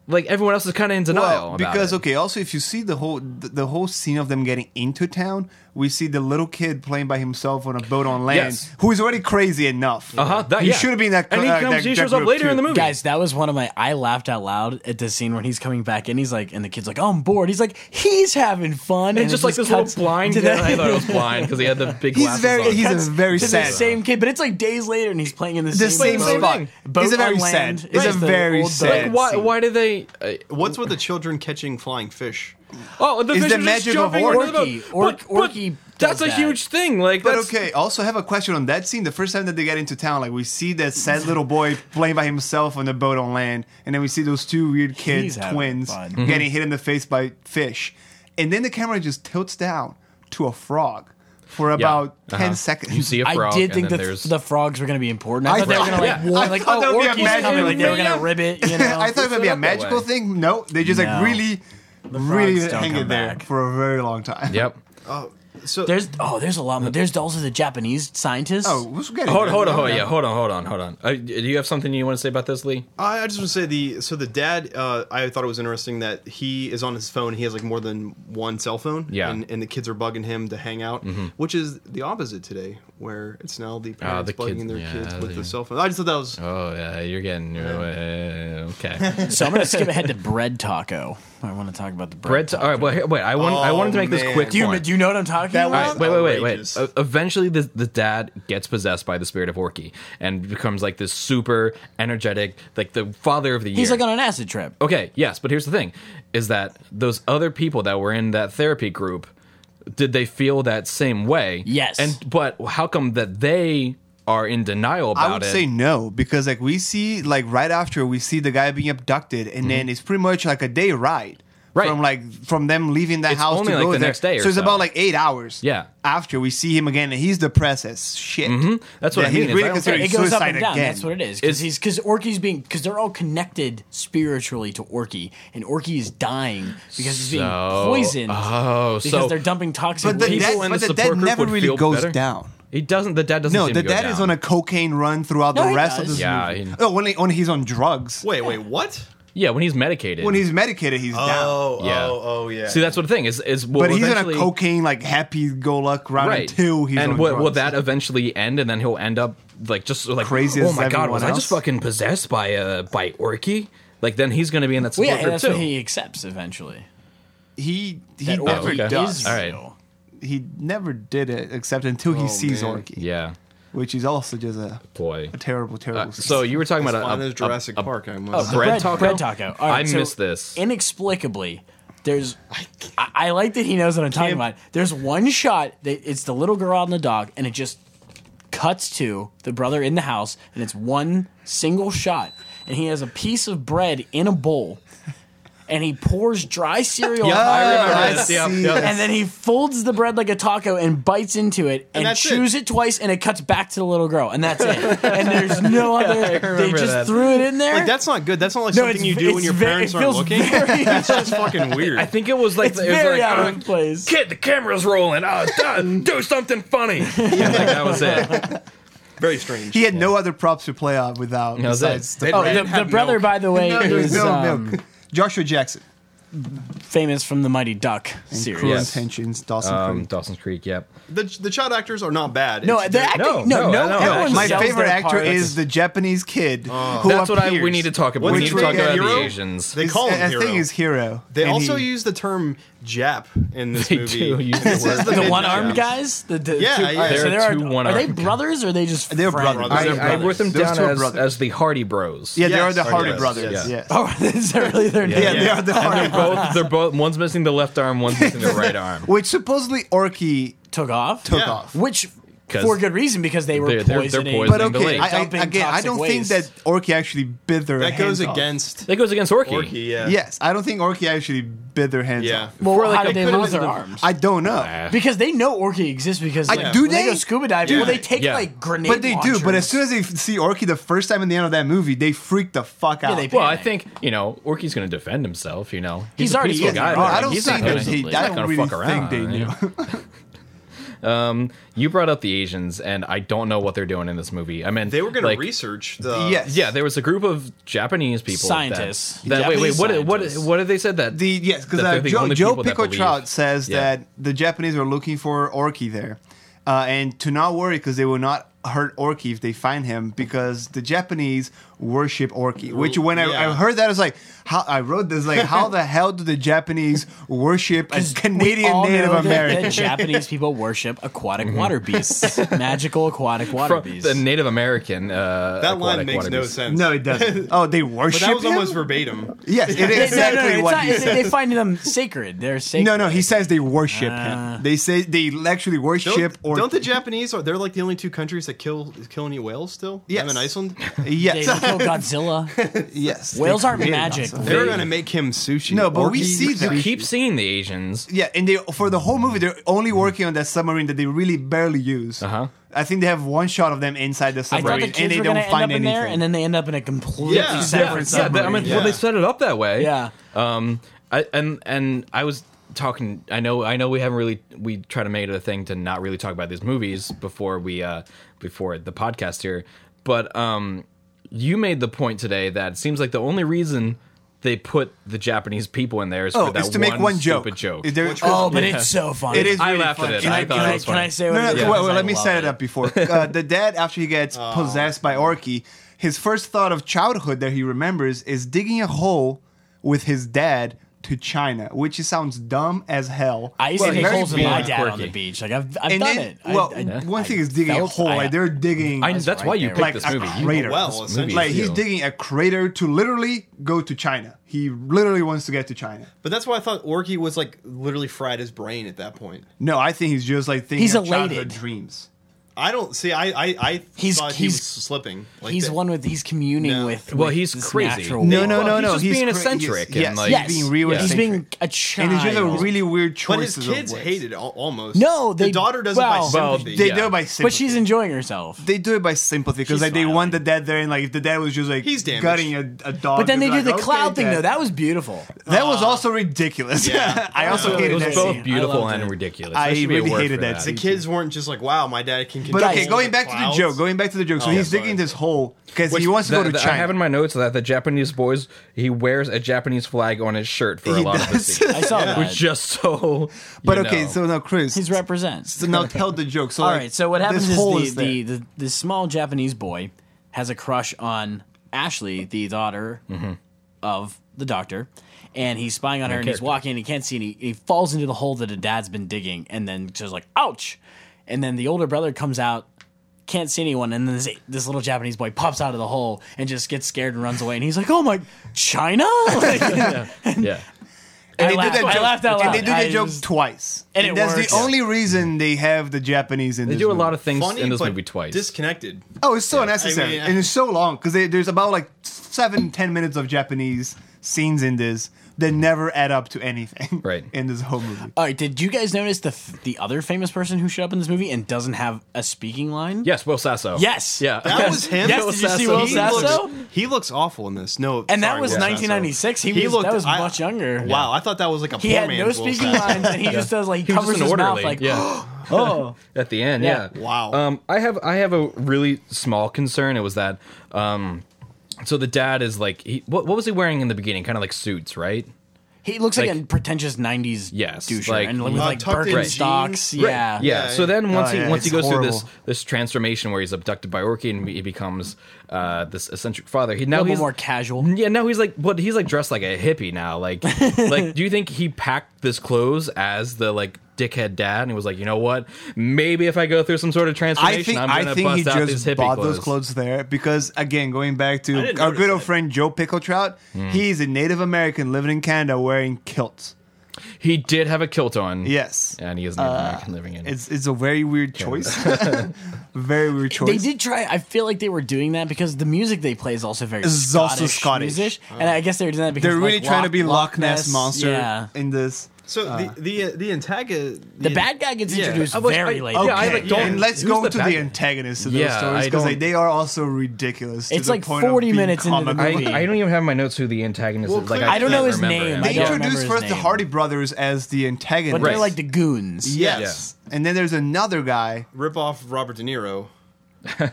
S1: like everyone else is kind of in denial
S3: well,
S1: about
S3: because
S1: it.
S3: okay. Also, if you see the whole the, the whole scene of them getting into town, we see the little kid playing by himself on a boat on land,
S1: Yes.
S3: who is already crazy enough.
S1: Uh-huh, that-
S3: he
S1: yeah.
S3: should have been that.
S1: And he
S3: uh,
S1: comes.
S3: that-
S1: he
S3: that
S1: shows up
S3: group
S1: later
S3: too.
S1: in the movie.
S4: Guys, that was one of my. I laughed out loud at the scene when he's coming back and he's like, and the kid's like, "Oh, I'm bored." He's like, "He's having fun,"
S1: and just
S4: it
S1: like this little
S4: cuts
S1: blind
S4: to
S1: kid.
S4: that-
S1: I thought it was blind because he had
S3: [LAUGHS]
S1: the big
S3: He's
S1: glasses
S3: very.
S1: on.
S3: He's
S4: cuts
S3: a very
S4: to the
S3: sad.
S4: same kid, but it's like days later, and he's playing in the,
S3: the same
S1: Same thing.
S3: spot.
S4: Boat
S3: He's a very
S4: on
S3: sad.
S4: land.
S3: He's a
S4: Right. The
S3: very
S4: old
S3: sad.
S4: boat.
S1: why?
S3: scene.
S1: Why do they? Uh,
S2: What's with the children catching flying fish?
S1: oh, the
S3: Is
S1: fish
S3: the
S1: are just
S3: magic of
S1: jumping
S3: Orky.
S1: into the boat.
S4: Ork-
S1: But- but
S4: Orky
S1: That's
S4: does
S1: a
S4: that.
S1: huge thing. Like,
S3: But
S1: that's,
S3: okay, also have a question on that scene. The first time that they get into town, like we see
S1: [LAUGHS]
S3: that sad little boy playing by himself on the boat on land, and then we see those two weird kids,
S4: He's having
S3: twins,
S4: fun.
S1: Mm-hmm.
S3: getting hit in the face by fish. And then the camera just tilts down to a frog for
S1: Yeah.
S3: about 10
S1: Uh-huh.
S3: seconds.
S1: You see a frog.
S4: I did
S1: and
S4: think
S1: then
S4: that
S1: there's
S4: the frogs were going to be important. I,
S3: I
S4: thought they were
S3: thought-
S4: going to like,
S3: [LAUGHS]
S1: yeah.
S4: war-
S3: I
S4: like,
S3: thought that
S4: oh,
S3: would be a
S4: Orky's
S3: magic
S4: coming, like they were
S1: thing.
S4: going to rib
S3: [LAUGHS]
S4: it. You know,
S3: I thought it would
S1: Set it
S3: be a
S1: up that
S3: magical
S1: way.
S3: thing. No, they just
S4: No.
S3: like really,
S4: frogs
S3: really
S4: don't
S3: hang
S4: come
S3: it there
S4: back.
S3: for a very long time.
S1: Yep.
S2: Oh, so
S4: There's oh, there's a lot. More. There's also the Japanese scientists.
S3: Oh, who's getting
S1: Hold,
S3: there.
S1: hold on, hold
S3: Yeah.
S1: on, yeah, hold on, hold on, hold on. Uh, do you have something you want to say about this, Lee?
S2: I, I just want to say the so the dad. Uh, I thought it was interesting that he is on his phone. He has like more than one cell phone.
S1: Yeah. Mm-hmm.
S2: and, and the kids are bugging him to hang out, which is the opposite today, where it's now the parents
S1: Uh, the
S2: bugging
S1: kids-
S2: their
S1: yeah,
S2: kids with
S1: they-
S2: the cell phone. I just thought that was
S1: Oh yeah, you're getting uh, okay.
S4: [LAUGHS] so I'm going
S3: [LAUGHS]
S4: to skip ahead to bread taco. I want to talk about the bread.
S1: Bread. To, all right, wait, wait. I want. I wanted to
S2: Oh,
S1: make this
S2: man.
S1: quick.
S4: do you
S1: point.
S4: do you know what I'm talking
S3: That
S4: about?
S1: All right, wait, wait, wait, wait.
S2: outrageous.
S1: Uh, eventually, the, the dad gets possessed by the spirit of Orky and becomes like this super energetic, like the father of the year.
S4: He's like on an acid trip.
S1: okay, yes, but here's the thing: is that those other people that were in that therapy group, did they feel that same way?
S4: Yes.
S1: And but how come that they are in denial about
S3: I would
S1: it?
S3: say no because like we see like right after we see the guy being abducted and then it's pretty much like a day ride.
S1: Mm-hmm. Right.
S3: From like from them leaving the
S1: It's
S3: house
S1: only,
S3: to
S1: like,
S3: go
S1: the
S3: there.
S1: next day or
S3: so it's
S1: so.
S3: about like eight hours.
S1: Yeah. Mm-hmm.
S3: After we see him again and he's depressed as shit.
S1: That's what
S3: Yeah,
S1: I mean.
S3: He's
S1: is I
S3: really
S1: don't
S3: considering
S4: it goes up
S3: suicide
S4: and down.
S3: again.
S4: That's what it is.
S1: It's-
S4: Because he's because Orky's being because they're all connected spiritually to Orky, and Orky is dying because he's being
S1: So-
S4: poisoned.
S1: oh,
S4: because
S1: so-
S4: they're dumping toxic
S3: But the
S4: waste.
S3: dad,
S1: in
S3: but
S1: the
S3: the dad
S1: support group
S3: never
S1: would
S3: really
S1: feel
S3: goes
S1: better.
S3: down.
S1: He doesn't. The dad doesn't.
S3: No,
S1: seem
S3: the
S1: to go
S3: dad is
S1: down.
S3: on a cocaine run throughout
S4: No,
S3: the
S4: he
S3: rest of
S4: does.
S3: this
S1: Yeah,
S3: movie.
S1: he-
S3: Oh, when, he, when he's on drugs.
S2: wait, wait, what?
S1: Yeah, when he's medicated.
S3: When he's medicated, he's down.
S2: Oh,
S1: Yeah.
S2: oh, oh, yeah.
S1: See, that's what the thing is. Is
S3: But
S1: well,
S3: he's on a
S1: eventually-
S3: cocaine, like happy go luck run
S1: right.
S3: until he's
S1: and
S3: on
S1: will,
S3: drugs.
S1: will that eventually end? And then he'll end up like just like
S3: Crazy
S1: Oh
S3: as
S1: my god,
S3: everyone
S1: was I just
S3: else?
S1: fucking possessed by uh by Orky? Like then he's gonna be in that
S4: Well,
S1: support
S4: yeah, and
S1: group
S4: that's
S1: too.
S4: what he accepts eventually.
S3: he he
S4: That
S3: never
S4: Orky
S3: does.
S4: is
S1: All right.
S4: real.
S3: he never did it except until he
S2: Oh,
S3: sees
S2: man.
S3: Orky,
S1: yeah,
S3: which is also just a,
S1: boy.
S3: a terrible, terrible.
S1: Uh, so you were talking
S2: As
S1: about
S2: fine
S1: a,
S2: as
S1: a,
S2: Jurassic
S1: a, a
S2: Park. I must.
S1: bread taco?
S4: Bread taco. All right,
S1: I
S4: so
S1: missed this.
S4: Inexplicably, there's. I, I like that he knows what I'm talking about. There's one shot that it's the little girl and the dog, and it just cuts to the brother in the house, and it's one single shot, and he has a piece of bread in a bowl, and he pours dry cereal.
S1: Yeah,
S4: on
S1: I
S4: it,
S1: remember
S3: I
S1: this. Yeah,
S3: see.
S1: yeah.
S4: And then he folds the bread like a taco and bites into it and,
S2: that's it.
S4: chews it. twice and it cuts back to the little girl and that's it. and there's no other. they just threw it in there.
S2: Like that's not good. That's not like
S4: No,
S2: something
S4: it's-
S2: you do when
S4: it's
S2: your
S4: ve-
S2: parents
S4: it
S2: aren't
S4: feels
S2: looking.
S4: very-
S2: That's just fucking weird.
S1: I think it was like
S4: It's
S1: the, it was
S4: very
S1: like,
S4: out
S1: uh,
S4: of place.
S1: Kid, the camera's rolling. Uh, [LAUGHS] do, do something [LAUGHS] funny. Yeah, like that was it.
S2: very strange.
S3: he had no other props to play off without
S1: No, that's
S3: besides
S1: it.
S3: the
S1: They-
S4: Oh,
S3: bread.
S4: the,
S2: didn't
S4: the
S2: have
S4: brother,
S2: milk.
S4: by the way,
S3: No, there's
S4: is
S3: no
S4: um,
S3: milk. Joshua Jackson,
S4: famous from the Mighty Duck
S3: Cruel
S4: series.
S1: Yes.
S3: Intentions, Dawson
S1: Um,
S3: Creek.
S1: Dawson's Creek. Yep.
S2: The, the child actors are not bad.
S4: No,
S2: It's-
S4: the acting. No,
S1: no,
S4: no, no,
S1: no,
S4: everyone
S1: actually.
S3: My
S4: sells
S3: favorite
S4: their
S3: actor
S4: part.
S3: is the Japanese kid. who
S1: Oh. That's what I. We
S3: appears.
S1: need to talk about. We
S2: What's
S1: need to
S2: his
S1: talk
S2: name?
S1: about the
S2: Hero?
S1: Asians.
S2: They
S1: They,
S2: call him
S3: I
S2: hero.
S3: think he's hero.
S2: They
S3: and
S2: also
S3: he-
S2: use the term "Jap" in this movie.
S1: do. use
S2: This
S1: word.
S2: is
S4: The
S2: mid-
S4: one-armed
S2: yeah.
S4: guys. The, the
S2: Yeah,
S4: two,
S2: yeah.
S4: all right,
S2: There
S4: so
S1: are
S4: there are,
S1: two
S4: are they
S1: one-armed
S4: brothers or are they just
S3: They're
S4: friends?
S3: brothers.
S2: They're
S1: I, I wrote them
S3: Those
S1: down
S3: two are
S1: as,
S3: brothers.
S1: as the Hardy Bros.
S3: Yeah, they are
S2: Yes,
S3: the
S2: Hardy
S3: Hardy
S2: Brothers,
S3: brothers.
S1: yes.
S3: Yes.
S4: Oh, is that really their
S3: Yeah,
S4: name?
S3: they are the Hardy brothers.
S1: both they're both one's missing the left arm, one's missing the right arm.
S3: Which supposedly Orky
S4: Took off.
S3: took
S2: Yeah.
S3: off.
S4: Which,
S1: 'Cause
S4: for good reason, because they were
S1: they're- they're- they're
S4: poisoning.
S1: poisoned.
S3: But
S1: Dumping the
S3: okay,
S1: lake.
S3: I, I,
S4: Dumping
S3: again, I
S4: toxic
S3: don't think
S4: waste.
S3: that Orky actually bit their
S2: That goes
S3: hands off.
S2: against
S1: That goes against Orky.
S2: Orky. Yeah.
S3: Yes, I don't think Orky actually bit their hands
S2: Yeah.
S3: off.
S4: Well,
S1: For, like,
S4: how
S1: a
S4: did they
S2: could've
S4: lose
S2: been
S4: their
S2: the-
S4: arms?
S3: I don't know.
S4: because they know Orky exists because
S3: I-
S4: like,
S3: do
S4: when they?
S3: they?
S4: go scuba diving.
S2: Dude.
S4: well, they take
S1: Yeah.
S4: like grenade
S3: but they do. But
S4: launchers.
S3: as soon as they f- see Orky the first time in the end of that movie, they freak the fuck out.
S4: they-
S1: Well, I think you know Orky's going to defend himself. You know, he's,
S4: He's
S1: a
S4: already
S1: peaceful
S4: is.
S1: guy.
S4: Well,
S1: like,
S4: I don't
S1: he's not
S4: think
S1: gonna,
S4: that he-
S1: he's
S4: I
S1: not
S3: don't
S1: gonna
S3: really
S1: fuck around.
S3: think they
S1: you know? [LAUGHS] Um, you brought up the Asians, and I don't know what they're doing in this movie. I mean,
S2: They were going
S1: like,
S2: to research the
S3: Yes.
S1: Yeah, there was a group of Japanese people, that-
S4: Scientists.
S1: That, wait, wait,
S4: Japanese
S1: what? What?
S4: scientists.
S1: What did they said that?
S3: The yes, because
S1: that
S3: uh,
S1: they're the
S3: Joe,
S1: only
S3: Joe
S1: people that
S3: Pico
S1: believe.
S3: Trout says
S1: Yeah.
S3: that the Japanese are looking for Orky there, uh, and to not worry because they will not hurt Orky if they find him because the Japanese worship Orky. Which when I, I
S2: yeah.
S3: heard that I was like, how I wrote this like, how
S4: [LAUGHS]
S3: the hell do the Japanese worship a
S4: We
S3: Canadian
S4: all
S3: Native
S4: know that-
S3: American?
S4: That Japanese people worship aquatic water beasts, magical aquatic water
S1: Mm-hmm. from
S4: beasts.
S1: the Native American. Uh,
S2: that line
S1: aquatic
S2: makes
S1: water
S2: no
S1: beast.
S2: sense.
S3: [LAUGHS] No, it doesn't.
S4: [LAUGHS]
S3: Oh, they worship
S2: But that was
S3: him?
S2: almost verbatim.
S3: Yes, it is
S4: No, no, no,
S3: exactly
S4: it's
S3: what
S4: not-
S3: he
S4: it's-
S3: said.
S4: They find them sacred. They're sacred.
S3: No, no, he says they worship
S4: Ah.
S3: him. They say they actually
S2: Don't,
S3: worship or
S2: don't the Japanese are they're like the only two countries that kill kill any whales still?
S3: Yes.
S2: Them and
S3: [LAUGHS]
S2: Iceland.
S4: They
S3: yes,
S4: kill Godzilla.
S3: [LAUGHS] yes.
S4: Whales
S3: They
S4: aren't
S3: created
S4: magic.
S3: us.
S2: They're gonna make him sushi.
S3: No, but we
S2: Orky
S3: see
S2: sushi.
S3: that.
S1: You keep seeing the Asians.
S3: Yeah, and they for the whole movie they're only working on that submarine that they really barely use.
S1: Uh-huh.
S3: I think they have one shot of them inside the
S4: I thought
S3: submarine,
S4: the
S3: and
S4: kids
S3: they
S4: were
S3: don't
S4: gonna end up
S3: find
S4: in
S3: anything.
S4: there, and then they end up in a completely
S2: Yeah.
S4: separate
S1: yeah,
S4: submarine.
S1: that- I mean, well,
S2: Yeah.
S1: they set it up that way.
S4: Yeah.
S1: Um, I, and and I was talking. I know. I know. We haven't really. We try to make it a thing to not really talk about these movies before we uh before the podcast here. But um, you made the point today that it seems like the only reason they put the Japanese people in there is
S3: oh,
S1: for that
S3: it's to make one joke.
S1: stupid joke.
S3: Is there-
S4: Oh, but it's so funny.
S3: It is
S1: I
S3: really
S1: laughed
S3: funny.
S1: at it.
S4: Can
S1: I
S4: I,
S1: thought
S4: can
S1: it
S4: I,
S1: was
S4: can
S1: funny.
S4: I say
S3: No,
S4: what
S3: no,
S4: it is?
S3: wait, wait,
S4: I
S3: let me
S4: love
S3: set it
S1: [LAUGHS]
S3: up before uh, the dad after he gets possessed by Orky. His first thought of childhood that he remembers is digging a hole with his dad to China, which sounds dumb as hell.
S4: I used
S3: but
S4: to take
S3: very
S4: holes in my
S3: boring.
S4: dad
S1: quirky.
S4: on the beach. Like I've, I've
S3: And
S4: done
S3: then-
S4: it. I-
S3: well,
S4: I,
S3: one
S4: I
S3: thing is digging a
S4: felt-
S3: hole.
S4: I-
S3: like they're digging.
S1: I, that's
S4: right
S1: why you
S4: there.
S1: picked
S3: like
S1: this
S3: a
S1: movie. You-
S3: crater.
S2: well,
S1: this
S2: essentially.
S1: movie
S3: like
S1: is
S3: he's
S1: you.
S3: digging a crater to literally go to China. He literally wants to get to China.
S2: But that's why I thought Orky was like literally fried his brain at that point.
S3: No, I think he's just like thinking
S4: He's
S3: of childhood
S4: elated.
S3: dreams.
S2: I don't see. I I, I
S4: He's-
S2: thought he
S4: he's-
S2: was slipping. Like
S4: he's
S2: that.
S4: one with he's communing
S2: No.
S4: with.
S1: Well,
S4: with
S1: he's
S4: this
S1: crazy.
S4: natural
S3: No,
S4: world.
S3: no, no,
S1: he's
S3: no.
S1: just being
S3: cra-
S1: eccentric and,
S3: Yes, yes,
S1: like-
S3: he's
S4: Yes,
S3: being real
S4: He's
S3: eccentric.
S4: being a child.
S3: and it's just a really weird choice.
S2: But his kids hate it al- almost.
S4: No, they-
S2: the daughter does
S4: well-
S2: it by
S1: Well,
S2: sympathy.
S3: They
S1: Yeah.
S3: do it by
S4: But
S3: sympathy.
S4: she's enjoying herself.
S3: They do it by sympathy because
S4: She's
S3: like they want
S4: smiling.
S3: the dad there, and like if the dad was just like
S2: He's damaged.
S3: gutting a, a dog.
S4: But then they
S3: they'd be
S4: do the
S3: like,
S4: cloud
S3: "Okay,
S4: thing
S3: dad."
S4: though. That was beautiful.
S3: that was also ridiculous.
S2: Yeah.
S3: [LAUGHS] I also
S2: Yeah.
S1: It
S3: hated
S1: was
S3: that.
S1: both
S3: scene.
S1: beautiful
S4: loved
S1: and
S4: it.
S1: ridiculous.
S3: I
S1: There should be a
S3: really
S1: word
S3: hated
S1: for
S3: that scene.
S2: the kids weren't just like, "Wow, my dad can."
S3: But
S2: control
S3: okay,
S4: Guys,
S3: going
S2: the
S3: back to the
S2: clouds."
S3: joke. Going back to the joke. So
S2: Oh,
S3: he's
S2: sorry.
S3: digging this hole because he
S2: Which-
S3: wants to go
S1: That-
S3: to
S1: that- I have in
S3: China.
S1: my notes that the Japanese boys he wears a Japanese flag on his shirt for a
S3: He
S1: lot of the
S3: does.
S1: scenes.
S4: I saw
S1: Which
S4: that.
S1: just so.
S3: But
S1: you
S3: okay,
S1: know.
S3: so now Chris,
S4: He's represents.
S3: So now tell the joke. So
S4: All
S3: like,
S4: right. So what happens
S3: this hole
S4: is
S3: there.
S4: the, the, the the small Japanese boy has a crush on Ashley, the daughter of the doctor, and he's spying on her. And he's
S1: character.
S4: walking, and he can't see, and he, he falls into the hole that the dad's been digging, and then just like, ouch! And then the older brother comes out. Can't see anyone, and then this, this little Japanese boy pops out of the hole and just gets scared and runs away. And he's like, "Oh my, China!" Like,
S1: yeah,
S4: I,
S3: they do
S4: laughed,
S3: that
S4: I
S3: joke-
S4: laughed out loud.
S3: And they do
S4: I
S3: the joke
S4: was-
S3: twice.
S4: and it
S3: that's
S4: works.
S3: the only reason they have the Japanese in
S1: they
S3: this
S1: do a
S3: movie.
S1: lot of things
S2: Funny,
S1: in this
S2: but
S1: movie twice.
S2: Disconnected.
S3: Oh, it's so unnecessary.
S2: I mean, I-
S3: and it's so long because there's about like seven, ten minutes of Japanese scenes in this that never add up to anything
S1: Right.
S3: [LAUGHS] in this whole movie.
S4: All right, did you guys notice the the other famous person who showed up in this movie and doesn't have a speaking line?
S1: yes, Will Sasso.
S4: Yes.
S1: yeah,
S2: That was him.
S4: Yes, did you see Will
S2: He
S4: Sasso?
S2: looks- He looks awful in this. No,
S4: And that
S2: sorry,
S4: was
S2: Will Sasso.
S4: 1996. He was- that was much younger.
S2: Wow, I thought that was like a
S4: He
S2: poor
S4: had no
S2: man's Will
S4: speaking
S2: Sasso.
S4: lines, and he just does like he
S1: He was
S4: covers
S1: just an
S4: his mouth
S1: orderly.
S3: [GASPS]
S4: like, [GASPS]
S1: yeah,
S4: oh.
S1: at the end. Yeah.
S4: Yeah.
S2: Wow.
S1: Um, I have I have a really small concern. It was that. Um, so the dad is like, he, what, what was he wearing in the beginning? Kind of like suits, right?
S4: He looks like,
S1: Like-
S4: a pretentious 90s
S1: Yes,
S4: douche
S1: like-
S4: and with
S1: Uh,
S4: like
S2: tucked in
S4: Birkenstocks.
S2: jeans.
S4: Yeah.
S1: Right. yeah.
S2: Yeah,
S1: So
S2: yeah.
S1: then once
S3: Oh,
S1: he
S3: yeah,
S1: once he
S3: it's
S1: goes through this
S3: horrible.
S1: this transformation where he's abducted by Orky and he becomes uh, this eccentric father. He now
S4: A little
S1: he's
S4: more casual.
S1: Yeah, now he's like, but he's like dressed like a hippie now.
S4: [LAUGHS]
S1: Like, like, do you think he packed this clothes as the like dickhead dad and was like, you know what? Maybe if I go through some sort of transformation,
S3: I think
S1: I'm
S3: I
S1: gonna
S3: think he
S1: bust out these
S3: just
S1: hippie
S3: bought
S1: clothes.
S3: those clothes there because again, going back
S2: I
S3: to
S2: didn't
S3: our
S2: notice
S3: good old
S2: that.
S3: friend Joe Pickletrout,
S1: Mm.
S3: he's a Native American living in Canada wearing kilts.
S1: He did have a kilt on.
S3: Yes.
S1: and he is Native American living in.
S3: Uh, It's it's a very
S1: [LAUGHS]
S3: weird choice. [LAUGHS] very weird choice.
S4: They did try. I feel like they were doing that because the music they play is also very
S3: Is
S4: Scottish
S3: also Scottish.
S4: music, and I guess they were doing that because
S3: They're really
S4: like,
S3: trying
S4: Loch,
S3: to be Loch Ness, monster
S4: Yeah.
S3: in this.
S2: [LAUGHS] So the the uh, the antagonist,
S4: The bad guy gets
S2: Yeah.
S4: introduced
S1: I was-
S4: very
S1: I-
S4: late.
S1: yeah,
S4: in the
S1: I,
S4: game.
S1: like, don't-
S3: and let's
S1: who's
S3: go
S1: the
S3: to
S1: bad
S3: the
S1: guy?
S3: antagonists of
S1: Yeah,
S3: those stories
S1: I
S3: because
S1: don't-
S3: like, they are also ridiculous. to
S4: It's
S3: the
S4: like
S3: point of
S4: 40
S3: being
S4: minutes into the
S3: comical.
S1: I,
S4: movie.
S1: I don't even have my notes who the antagonist
S2: Well,
S1: is. Like
S2: clearly-
S4: I don't know
S1: can't
S4: his
S1: remember
S4: name.
S1: him.
S4: I
S3: They
S4: don't remember
S3: introduced
S4: his
S3: first the
S4: name.
S3: Hardy brothers as the antagonists,
S4: But
S1: Right.
S4: they're like the goons.
S2: yes,
S3: and then there's another guy.
S2: rip off Robert De Niro.
S1: Yes.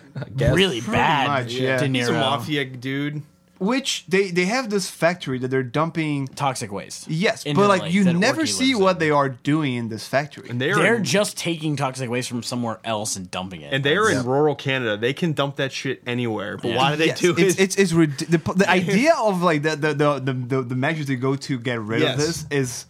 S4: Really bad.
S3: much, yeah.
S4: De Niro.
S2: He's a mafia dude.
S3: Which they they have this factory that they're dumping.
S4: Toxic waste.
S3: Yes,
S4: Into
S3: but
S4: the
S3: like
S4: lake
S3: you
S4: that
S3: never
S4: Orky
S3: see
S4: lives in.
S3: what they are doing in this factory.
S2: And they're
S4: They're
S2: in,
S4: just taking toxic waste from somewhere else and dumping it.
S2: and they're in rural Canada. They can dump that shit anywhere. But
S4: Yeah.
S2: why do they
S3: Yes,
S2: do
S3: it's,
S2: it?
S3: it's, it's rid- the,
S2: [LAUGHS]
S3: the idea of like the the, the, the, the the measures they go to get rid
S2: Yes.
S3: of this is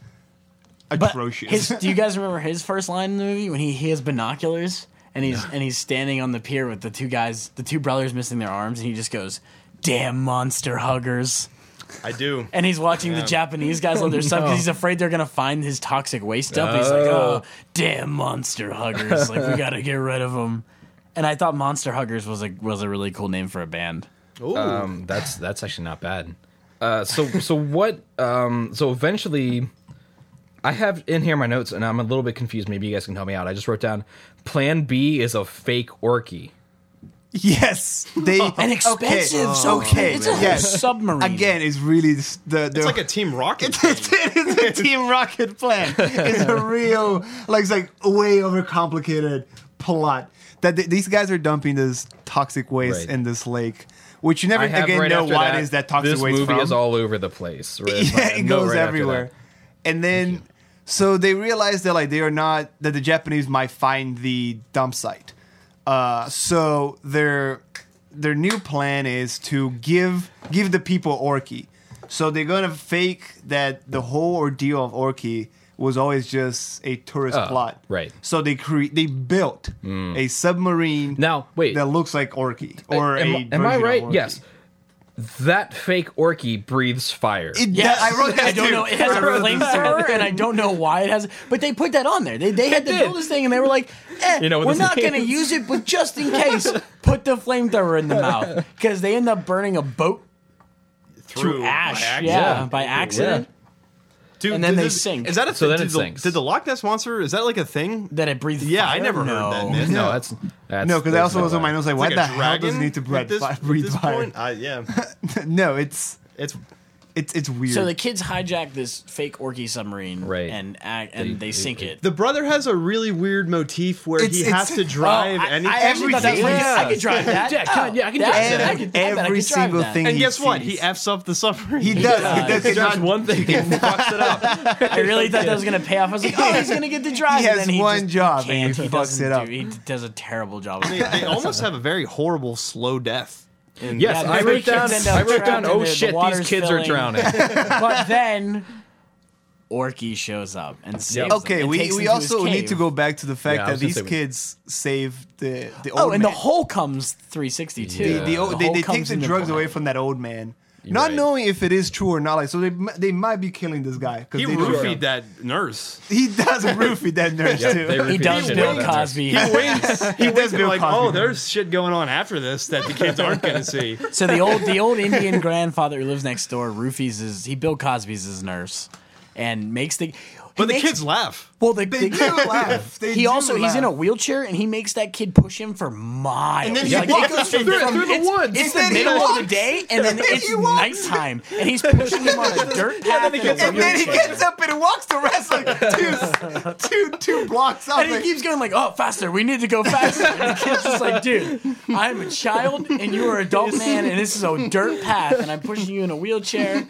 S4: But
S3: atrocious.
S4: his- do you guys remember his first line in the movie when he, he has binoculars and he's and he's standing on the pier with the two guys, the two brothers missing their arms, and he just goes, "Damn monster huggers."
S2: I
S4: [LAUGHS]
S2: do.
S4: And he's watching the Japanese guys on their stuff
S3: [LAUGHS]
S4: because he's afraid they're gonna find his toxic waste dump. and He's like,
S1: Oh.
S4: "Oh, damn monster huggers! like we gotta get rid of them." And I thought monster huggers was a was a really cool name for a band.
S2: Ooh.
S1: Um, that's that's actually not bad. Uh, so so what? Um, so eventually, I have in here my notes, and I'm a little bit confused. Maybe you guys can help me out. I just wrote down Plan B is a fake Orky.
S3: [LAUGHS] yes, they
S4: [LAUGHS] An expensive
S3: Okay,
S4: submarine.
S3: okay,
S4: It's a whole [LAUGHS]
S3: yes.
S4: submarine.
S3: Again, it's really s- the, the
S2: it's like a Team Rocket.
S3: it's,
S2: thing.
S3: [LAUGHS] it's a Team Rocket plan. It's
S1: [LAUGHS]
S3: a real, like, it's like way overcomplicated plot that th- these guys are dumping this toxic waste
S1: Right.
S3: in this lake, which you never
S1: I have
S3: again
S1: right
S3: know
S1: after
S3: why
S1: that,
S3: it is that toxic
S1: This
S3: waste
S1: movie
S3: from.
S1: is all over the place. Right? It's
S3: [LAUGHS] yeah,
S1: like, I
S3: it
S1: know
S3: goes
S1: right after
S3: everywhere, and then so they realize that like they are not that the Japanese might find the dump site. Uh, so their their new plan is to give give the people Orky. So they're gonna fake that the whole ordeal of Orky was always just a tourist
S1: Oh,
S3: plot.
S1: right.
S3: So they create they built a submarine
S1: that. Now wait,
S3: that looks like Orky or
S1: am,
S3: a
S1: am I
S3: version of
S1: right?
S3: Orky.
S1: Yes, that fake Orky breathes fire.
S3: It,
S4: Yes.
S3: I wrote that
S4: [LAUGHS] I don't
S3: too.
S4: know. It has a
S3: I wrote that.
S4: flamethrower, and I don't know why it has. But they put that on there. They, they had to
S1: did.
S4: build this thing, and they were like, eh,
S1: You know what
S4: we're
S1: this
S4: not going to
S1: means.
S4: use it, but just in
S1: [LAUGHS]
S4: case, put the flamethrower in the mouth because they end up burning a boat
S2: Through
S4: [LAUGHS] to ash.
S2: by accident.
S4: yeah,
S1: Yeah.
S4: by accident.
S2: Dude,
S4: And then
S2: did
S4: they
S2: this-
S4: sink.
S2: Is that a
S1: So then
S2: did
S1: it
S2: the-
S1: sinks.
S2: Did the Loch Ness monster? Is that like a thing?
S4: That it breathes.
S2: Yeah, I
S4: fire?
S2: never heard
S4: No.
S2: that, man.
S1: No, that's, that's
S3: No, because I
S1: there's
S3: also was
S1: way.
S3: on my nose like,
S2: It's
S3: why
S2: like a
S3: the hell does
S2: dragon
S3: it need to
S2: at
S3: breathe
S2: this-
S3: fire?
S2: at
S3: Breathe
S2: this
S3: fire?
S2: point? Uh, yeah,
S3: [LAUGHS] no, it's
S2: it's
S3: it's it's weird.
S4: So the kids hijack this fake Orky submarine,
S1: Right.
S4: And act, and
S1: They-
S4: they,
S1: they-
S4: sink it.
S2: the brother has a really weird motif where
S3: It's-
S2: he
S3: it's-
S2: has to drive
S4: Oh, I,
S2: anything.
S4: I actually thought that was
S3: Everything.
S4: like, I
S1: Yeah.
S4: could drive that.
S1: Yeah, I can-
S4: Oh,
S1: yeah, I can
S4: that-
S1: drive
S4: I
S1: that.
S4: could- I bet I could
S3: Every
S4: drive
S3: single
S4: that.
S3: thing
S2: and
S3: he
S2: guess what?
S3: sees.
S2: He f's up the submarine.
S3: he does. He [LAUGHS]
S4: does.
S3: does. He
S1: There's
S3: does.
S1: one thing he fucks it up.
S4: I really thought that was gonna pay off. I was like,
S3: [LAUGHS]
S4: oh, he's gonna get the drive.
S3: He
S4: and
S3: has
S4: then he
S3: one
S4: just
S3: job and
S4: can't.
S3: he fucks
S4: doesn't
S3: it up.
S4: Do, he does a terrible
S3: [LAUGHS]
S4: job. Of
S2: they,
S4: it.
S2: they almost have a very horrible slow death. in-
S1: Yes,
S4: Yeah,
S1: I
S4: three
S1: wrote down.
S4: kids end up
S1: I wrote down.
S4: trapped in
S1: Oh
S4: there, the
S1: shit! These
S4: water's
S1: kids are
S4: filling."
S1: drowning.
S4: but then Orky shows up and saves. them
S3: Okay,
S4: and
S3: we,
S4: takes
S3: we
S4: them to his
S3: also need
S4: cave.
S3: to go back to the fact
S1: Yeah, I
S3: that
S1: was gonna
S3: these
S1: say we-
S3: kids save the the old
S4: Oh, and
S3: man.
S4: the whole comes 360 too.
S1: Yeah.
S3: the, the old, they,
S4: whole
S3: they take
S4: comes
S3: the
S4: in their
S3: drugs
S4: plan.
S3: away from that old man, not
S1: right.
S3: knowing if it is true or not. Like, so they m- they might be killing this guy because
S2: He
S3: they
S2: roofied that nurse.
S3: He does roofie that nurse
S1: Yeah,
S3: too.
S1: they
S4: He
S1: roofied
S4: does
S1: the shit out of that
S4: Bill
S1: nurse.
S4: Cosby.
S2: He winks. He winks and
S3: Bill
S2: like,
S3: Cosby.
S2: oh, there's shit going on after this that the kids aren't
S4: [LAUGHS]
S2: gonna see.
S4: [LAUGHS] So the old the old Indian grandfather who lives next door roofies his he Bill Cosby's his nurse, and makes the.
S2: But the
S4: kids.
S2: kids laugh.
S4: Well, the,
S3: [LAUGHS] They
S4: the-
S3: do laugh. They
S4: he
S3: do
S4: also he's in a
S3: laugh.
S4: wheelchair and he makes that kid push him for miles.
S2: then he
S4: Like, it
S2: walks
S4: goes from-
S1: through-
S4: from-
S1: through the
S4: it's-
S1: woods.
S4: It's the
S3: And then he
S4: middle of the
S3: walks.
S4: day and then
S3: then
S4: it's
S3: he walks.
S4: nighttime and he's pushing him on
S3: [LAUGHS]
S4: a dirt path.
S1: he
S4: in
S1: gets
S4: a
S1: up.
S3: And then he
S4: wheelchair.
S3: gets up and walks the rest like two, two, two blocks up.
S4: And he keeps going like, "Oh, faster! We need to go faster!" And the kid's just like, "Dude, I'm a child, and you are an adult man, and this is a dirt path, and I'm pushing you in a wheelchair.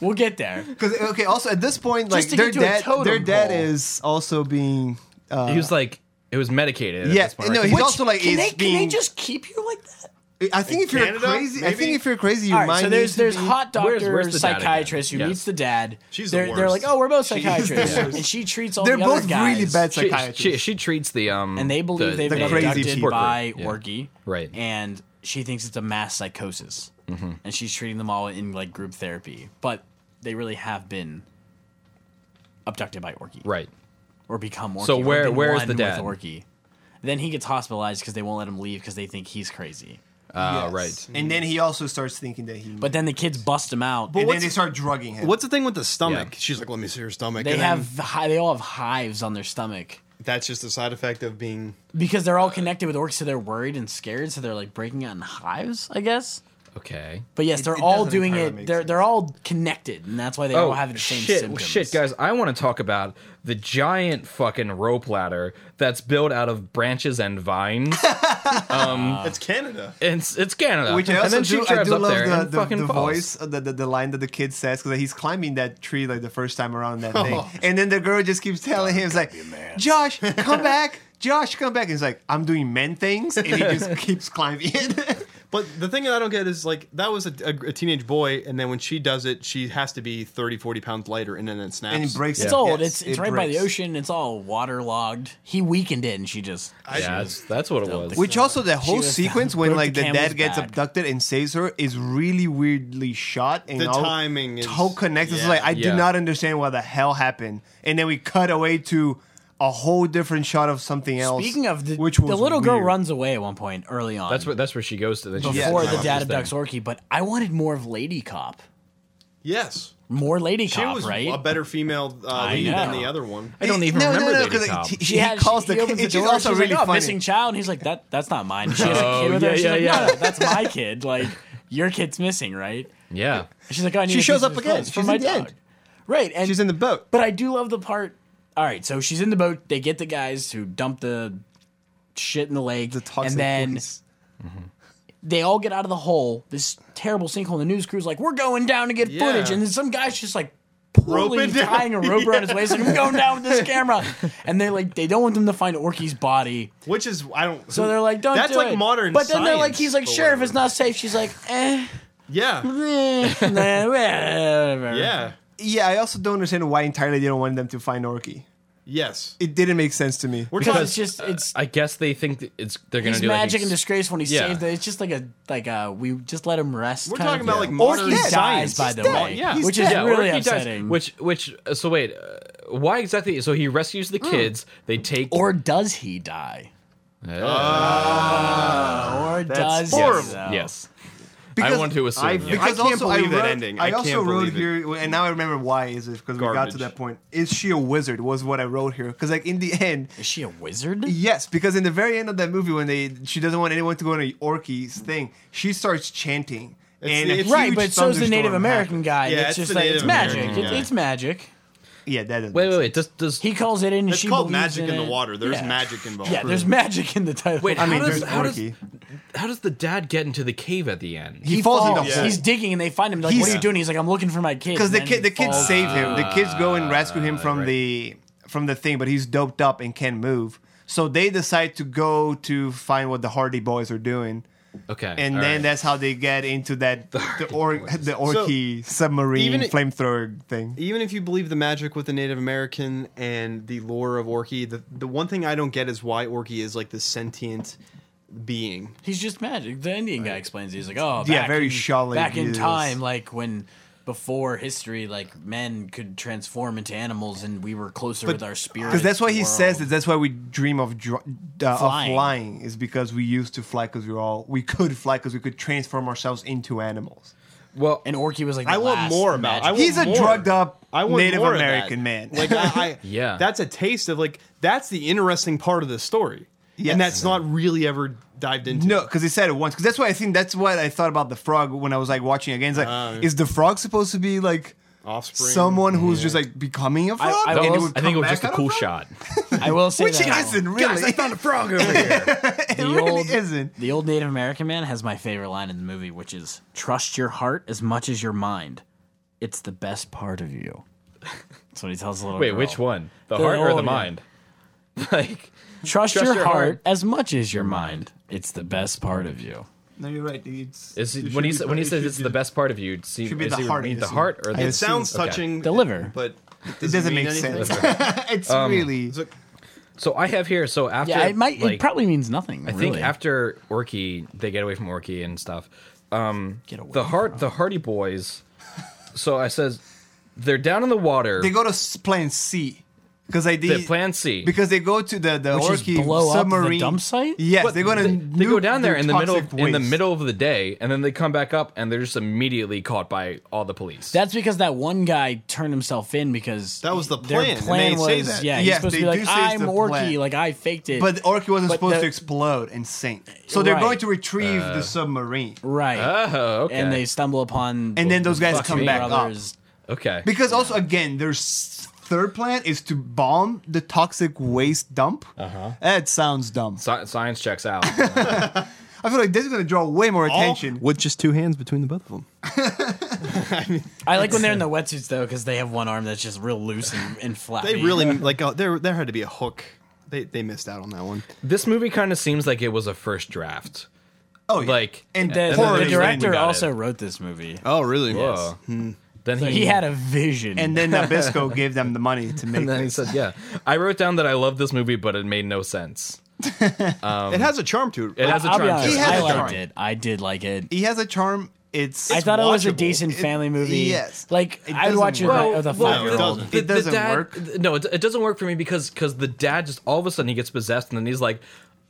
S4: We'll get there."
S3: Because okay, also at this point, like
S4: to
S3: their
S4: get to a
S3: dad,
S4: totem
S3: their dad
S4: pole.
S3: is also being. Uh,
S1: He was like, it was medicated. At
S3: Yeah,
S1: this point,
S3: no,
S1: right?
S3: he's also like
S4: can,
S3: is
S4: they,
S3: being.
S4: can they just keep you like that?
S3: I think if you're
S2: Canada,
S3: crazy, I think
S2: maybe?
S3: if you're crazy, you
S4: All right,
S3: might.
S4: so there's
S3: need
S4: there's
S3: to be-
S4: hot doctor
S1: Where's- where's the dad
S4: psychiatrist who
S1: again? Yes.
S4: meets the dad.
S2: She's the
S4: they're, They're
S2: worst.
S4: like, oh, we're both
S2: She is the
S4: psychiatrists,
S2: worst.
S4: and she treats all
S3: They're
S4: the other
S3: both really
S4: guys,
S3: bad
S1: she, she,
S3: psychiatrists.
S1: she treats the um.
S4: and they believe
S1: the,
S4: they've been
S3: the crazy
S4: abducted
S3: people.
S4: by
S1: Yeah.
S4: Orgy,
S1: Right. Mm-hmm.
S4: And she thinks it's a mass psychosis, and she's treating them all in like group therapy, but they really have been abducted by Orgy,
S1: Right.
S4: Or become Orgy.
S1: So
S4: or
S1: where-
S4: been
S1: where is
S4: one
S1: the
S4: with
S1: dad?
S4: Orgy. Then he gets hospitalized because they won't let him leave because they think he's crazy.
S1: Ah,
S3: Yes.
S1: right.
S5: And then he also starts thinking that he.
S4: But then the kids bust him out.
S5: and then
S2: what's-
S5: they start drugging him.
S2: What's the thing with the stomach?
S1: Yeah.
S2: She's like, let me see her stomach.
S4: they
S2: and
S4: have
S2: then
S4: hi- they all have hives on their stomach
S2: that's just a side effect of being.
S4: because they're all connected with orcs, so they're worried and scared, so they're like breaking out in hives, I guess.
S1: Okay.
S4: But yes,
S5: It-
S4: they're
S5: it
S4: all
S5: doesn't
S4: doing
S5: entirely
S4: it.
S5: make
S4: They're
S5: sense.
S4: they're all connected, and that's why they all have the same
S1: Oh, shit,
S4: symptoms.
S1: Shit, guys, I want to talk about the giant fucking rope ladder that's built out of branches and
S3: [LAUGHS]
S1: vines.
S4: Uh.
S2: It's Canada.
S1: and it's, it's Canada.
S3: Which I
S1: and
S3: also
S1: then she
S3: do, I
S1: drives
S3: do
S1: up
S3: love
S1: there
S3: the,
S1: and
S3: the,
S1: fucking
S3: the
S1: falls.
S3: voice, uh, the, the, the line that the kid says, because he's climbing that tree like the first time
S5: [LAUGHS]
S3: around that thing. And then the girl just keeps telling him, it's like, Josh,
S5: [LAUGHS]
S3: come back. Josh, come back. And he's like, I'm doing men things. And he
S5: [LAUGHS]
S3: just keeps climbing. [LAUGHS]
S2: But the thing that I don't get is like that was a, a- a teenage boy, and then when she does it, she has to be 30, 40 pounds lighter, and then it snaps.
S3: and he breaks
S4: It's
S3: it.
S4: old.
S3: Yes,
S4: it's it's
S3: it
S4: right by the
S3: breaks.
S4: ocean. It's all waterlogged. He weakened it, and she just
S1: Yeah, that's, that's what it was.
S3: Which also the whole
S4: was-
S3: sequence when
S4: broke
S3: like
S4: the
S3: the
S4: camel's
S3: dad gets
S4: back.
S3: abducted and saves her is really weirdly shot and
S2: The
S3: all
S2: timing is-
S3: whole connected. It's
S2: yeah.
S3: like I
S1: Yeah.
S3: do not understand what the hell happened. And then we cut away to a whole different shot of something else.
S4: Speaking of the,
S3: which
S4: the
S3: was
S4: little girl
S3: weird.
S4: runs away at one point early on.
S1: that's where that's where she goes to. Then she
S4: before
S1: gets
S4: the dad
S1: this thing.
S4: abducts Orky, but I wanted more of Lady Cop.
S2: yes,
S4: More Lady
S2: she
S4: Cop,
S2: was
S4: right?
S2: a better female uh,
S4: I
S2: lead than
S4: know.
S2: the other one.
S1: I don't even
S3: no,
S1: remember
S3: no, no,
S1: Lady
S3: 'cause
S1: Cop.
S3: He,
S4: she
S3: he
S4: had,
S3: calls
S4: she,
S3: the.
S4: opens the
S3: It's
S4: door.
S3: also
S4: she's
S3: really
S4: like, oh,
S3: funny.
S4: missing child. And he's like, that that's not mine. And she has a
S1: Oh,
S4: kid with her.
S1: yeah,
S4: She's
S1: yeah,
S4: like,
S1: yeah.
S4: no, no, that's my kid. Like, your kid's missing, right?
S1: Yeah.
S4: And she's like, oh, I need
S3: She
S4: a
S3: shows
S4: piece
S3: up
S4: of his
S3: again.
S4: clothes for
S3: She's
S4: my
S3: in the
S4: dog.
S3: end.
S4: Right, and
S3: She's in the boat.
S4: But I do love the part. All right, so she's in the boat. They get the guys who dump the shit in the lake,
S3: The toxic
S4: and then
S3: waste.
S4: they all get out of the hole. This terrible sinkhole. And the news crew's like, "We're going down to get
S2: Yeah.
S4: footage," and then some guy's just like. Poorly
S2: Roping down.
S4: tying a rope around his waist, like I'm going down
S2: [LAUGHS]
S4: with this camera, and they like they don't want them to find Orky's body,
S2: Which is I don't.
S4: so they're like, "Don't
S2: That's
S4: do
S2: like
S4: it."
S2: modern.
S4: But then they're like,
S2: science
S4: "He's like,
S2: or
S4: sure, if
S2: whatever.
S4: it's not safe," she's like,
S2: [LAUGHS]
S4: "Eh,
S2: Yeah,
S4: eh, nah, whatever."
S2: yeah,
S3: Yeah, I also don't understand why entirely they don't want them to find Orky.
S2: yes.
S3: It didn't make sense to me.
S2: We're
S4: because
S2: talking.
S4: it's just it's
S1: I guess they think that it's they're gonna
S4: He's
S1: do
S4: magic
S1: like,
S4: and
S1: ex-
S4: disgrace when he
S1: Yeah.
S4: saved them. It's just like a like a we just let him rest.
S2: We're
S4: kind
S2: talking
S4: of-
S2: about like
S4: or
S2: modern
S4: he dies
S2: science.
S4: by
S2: He's
S4: the
S2: dead,
S4: way,
S2: yeah.
S4: which
S3: He's
S4: is
S1: yeah, or
S4: really
S1: he dies.
S4: upsetting.
S1: Which which uh, so wait, uh, why exactly? So he rescues the kids. They take
S4: or does he die? or does
S2: Ah, horrible.
S4: He, though?
S1: yes.
S3: Because
S1: I want to assume.
S3: I,
S1: yeah.
S3: because
S2: I can't
S3: also
S2: believe
S3: I
S2: that
S3: wrote-
S2: ending.
S3: I,
S2: I
S3: also
S2: can't
S3: wrote
S2: believe it.
S3: here, and now I remember why is it because we got to
S2: Garbage.
S3: that point. Is she a wizard? Was what I wrote here because like in the end,
S4: Is she a wizard?
S3: yes, because in the very end of that movie when they she doesn't want anyone to go to Orky's thing, she starts chanting.
S2: It's
S3: and
S2: the-
S3: a
S2: it's-
S4: right,
S3: huge
S4: but so's the Native
S3: thunderstorm
S4: American
S3: happens.
S4: guy.
S2: Yeah,
S4: it's,
S2: it's
S4: just
S2: the
S4: like
S2: Native
S4: it's magic.
S2: American
S4: It,
S2: guy.
S4: it's magic.
S3: Yeah, that doesn't.
S1: Wait, wait, wait. Does does
S4: He calls it in, and
S2: It's
S4: she
S2: called
S4: believes
S2: magic in the
S4: it.
S2: water. There's
S4: Yeah.
S2: magic involved.
S4: Yeah, there's magic in the title.
S1: wait?
S3: I
S1: how
S3: mean,
S1: does
S3: there's
S1: how does,
S3: Orky.
S1: how does the dad get into the cave at the end?
S3: He, falls, in the
S2: falls.
S3: hole.
S4: He's digging, and they find him. Like, what
S3: He's-
S4: are you doing? He's like, I'm looking for my kids.
S3: because the
S4: and
S3: kid the
S4: then he
S3: kids
S4: falls.
S3: save him. The kids go and rescue him from the from the thing, but he's doped up and can't move. So they decide to go to find what the Hardy Boys are doing,
S1: okay,
S3: and
S1: all
S3: then
S1: right.
S3: that's how they get into that the, or, the Orky
S2: even
S3: submarine
S2: it-
S3: flamethrower thing.
S2: even if you believe the magic with the Native American and the lore of Orky, the, the one thing I don't get is why Orky is like this sentient being.
S4: He's just magic. The Indian guy explains. it. He's like, oh,
S3: Yeah,
S4: back
S3: very
S4: in,
S3: Shelley
S4: Back in
S3: is.
S4: time, like when before history, like men could transform into animals, and we were closer with our spirit.
S3: Because that's why he
S4: world.
S3: says that. That's why we dream of dr- uh,
S4: Flying.
S3: of flying is because we used to fly because we were all we could fly because we could transform ourselves into animals.
S1: well,
S4: And Orky was like, the
S2: I want
S4: last
S2: more about. I
S4: magic-
S2: want
S3: He's a
S2: Oh, more.
S3: drugged up
S2: I want
S3: Native
S2: more of
S3: American
S2: that.
S3: man. [LAUGHS]
S2: Like I, I
S1: Yeah.
S2: that's a taste of like that's the interesting part of the story,
S3: Yes.
S2: and that's not really ever dived into.
S3: No, because he said it once. Because that's why I think that's what I thought about the frog when I was like watching again. It's like, is the frog supposed to be like
S2: Uh, offspring.
S3: someone who's just like becoming a frog?
S4: I
S1: that
S4: will-
S3: it
S1: was,
S3: would
S1: I think it
S3: come
S1: was just a
S3: back out
S1: cool
S3: of frog?
S1: shot.
S4: I will say
S3: Which
S4: that
S3: it isn't really.
S1: found a
S3: [LAUGHS]
S1: frog over here.
S4: the
S3: really
S4: old,
S3: isn't.
S4: The old Native American man has my favorite line in the movie, which is, "Trust your heart as much as your mind. It's the best part of you." That's what he tells the little
S1: Wait,
S4: girl.
S1: which one? The
S4: The
S1: heart or the
S4: old-
S1: mind? [LAUGHS] Like,
S4: Trust,
S1: Trust
S4: your,
S1: your
S4: heart,
S1: heart.
S4: as much as your mind. It's the best part of you.
S3: No, you're right. It's,
S1: is
S3: it
S1: he, when he
S3: should
S1: sa-
S3: be-
S1: when he
S3: it
S1: says
S3: should
S1: it's
S3: be-
S1: the best part of you, see,
S3: should be
S1: is
S3: the
S1: he
S3: heart,
S1: mean
S3: I
S1: the
S3: assume.
S1: heart or the
S2: It sounds
S1: Okay.
S2: touching,
S4: The liver.
S2: but
S3: It doesn't make sense. [LAUGHS] it's really.
S2: It's like,
S1: Um, So I have here. So after
S4: Yeah, it might.
S1: like,
S4: it probably means nothing.
S1: I think after Orky, they get away from Orky and stuff. Um,
S4: Get away
S1: the heart, the Hardy Boys. so I says they're down in the water.
S3: They go to s- plan C. because they
S1: The
S3: did
S1: plan C.
S3: because they go to the the
S4: Which is
S3: Orky
S4: blow up the
S3: submarine
S4: dump site?
S3: Yes,
S1: But
S3: they're gonna
S1: they, they go
S3: nuke
S1: down there
S3: their
S1: in the middle
S3: toxic
S1: of, in the
S3: waste.
S1: middle of the day, and then they come back up, and they're just immediately caught by all the police.
S4: That's because that one guy turned himself in because
S2: That was the
S4: their
S2: plan, and
S4: plan
S2: they
S4: was
S2: say that.
S4: yeah, he's
S3: Yes,
S4: supposed to
S3: they
S4: be
S3: do
S4: like
S3: say it's
S4: I'm
S3: the
S4: Orky,
S3: plan.
S4: like I faked it.
S3: But the Orky wasn't
S4: But
S3: supposed
S4: the-
S3: to explode and sink. So they're
S4: Right.
S3: going to retrieve the
S1: Uh,
S3: submarine.
S4: right,
S1: oh, okay.
S4: and they stumble upon
S3: And then those guys
S1: Fuck
S3: come
S1: me.
S3: back up.
S1: okay.
S3: Because also again, their s- third plan is to bomb the toxic waste dump. Uh-huh. That sounds dumb.
S1: Sci- science checks
S3: [LAUGHS]
S1: out.
S3: I feel like this is going to draw way more attention.
S5: With just two hands between the both of them.
S4: I like when they're
S1: [LAUGHS]
S4: in the wetsuits though because they have one arm that's just real loose and, and flappy.
S2: They really like oh, there there had to be a hook. They they missed out on that one.
S1: this movie kind of seems like it was a first draft.
S3: Oh, yeah.
S1: Like
S3: And
S4: The,
S3: then-
S1: then
S4: the
S1: they-
S4: director
S1: they got
S4: also
S1: it.
S4: wrote this movie.
S2: Oh really?
S1: Whoa. Then he,
S4: Hmm. He had a vision.
S3: And
S1: [LAUGHS]
S3: then Nabisco gave them the money to make
S1: and then he
S3: this.
S1: said, "Yeah, I wrote down that I love this movie, but it made no sense.
S2: it has a charm to it.
S1: It
S2: right?
S1: has a
S4: I'll be
S1: charm.
S4: honest,
S1: to
S3: He
S1: it.
S3: had
S4: I
S3: a
S4: liked
S3: charm.
S4: it. I did like it.
S3: He has a charm. It's
S4: I thought it was a
S2: watchable.
S4: decent
S3: It-
S4: family movie.
S3: yes.
S4: like
S3: It
S4: I'd
S3: doesn't
S4: watch it
S3: work.
S4: with a
S1: well,
S4: five year old.
S2: doesn't.
S1: the-
S3: It
S1: the
S3: doesn't
S1: dad-
S3: work.
S1: th- No, it, it doesn't work for me because because the dad just all of a sudden he gets possessed and then he's like,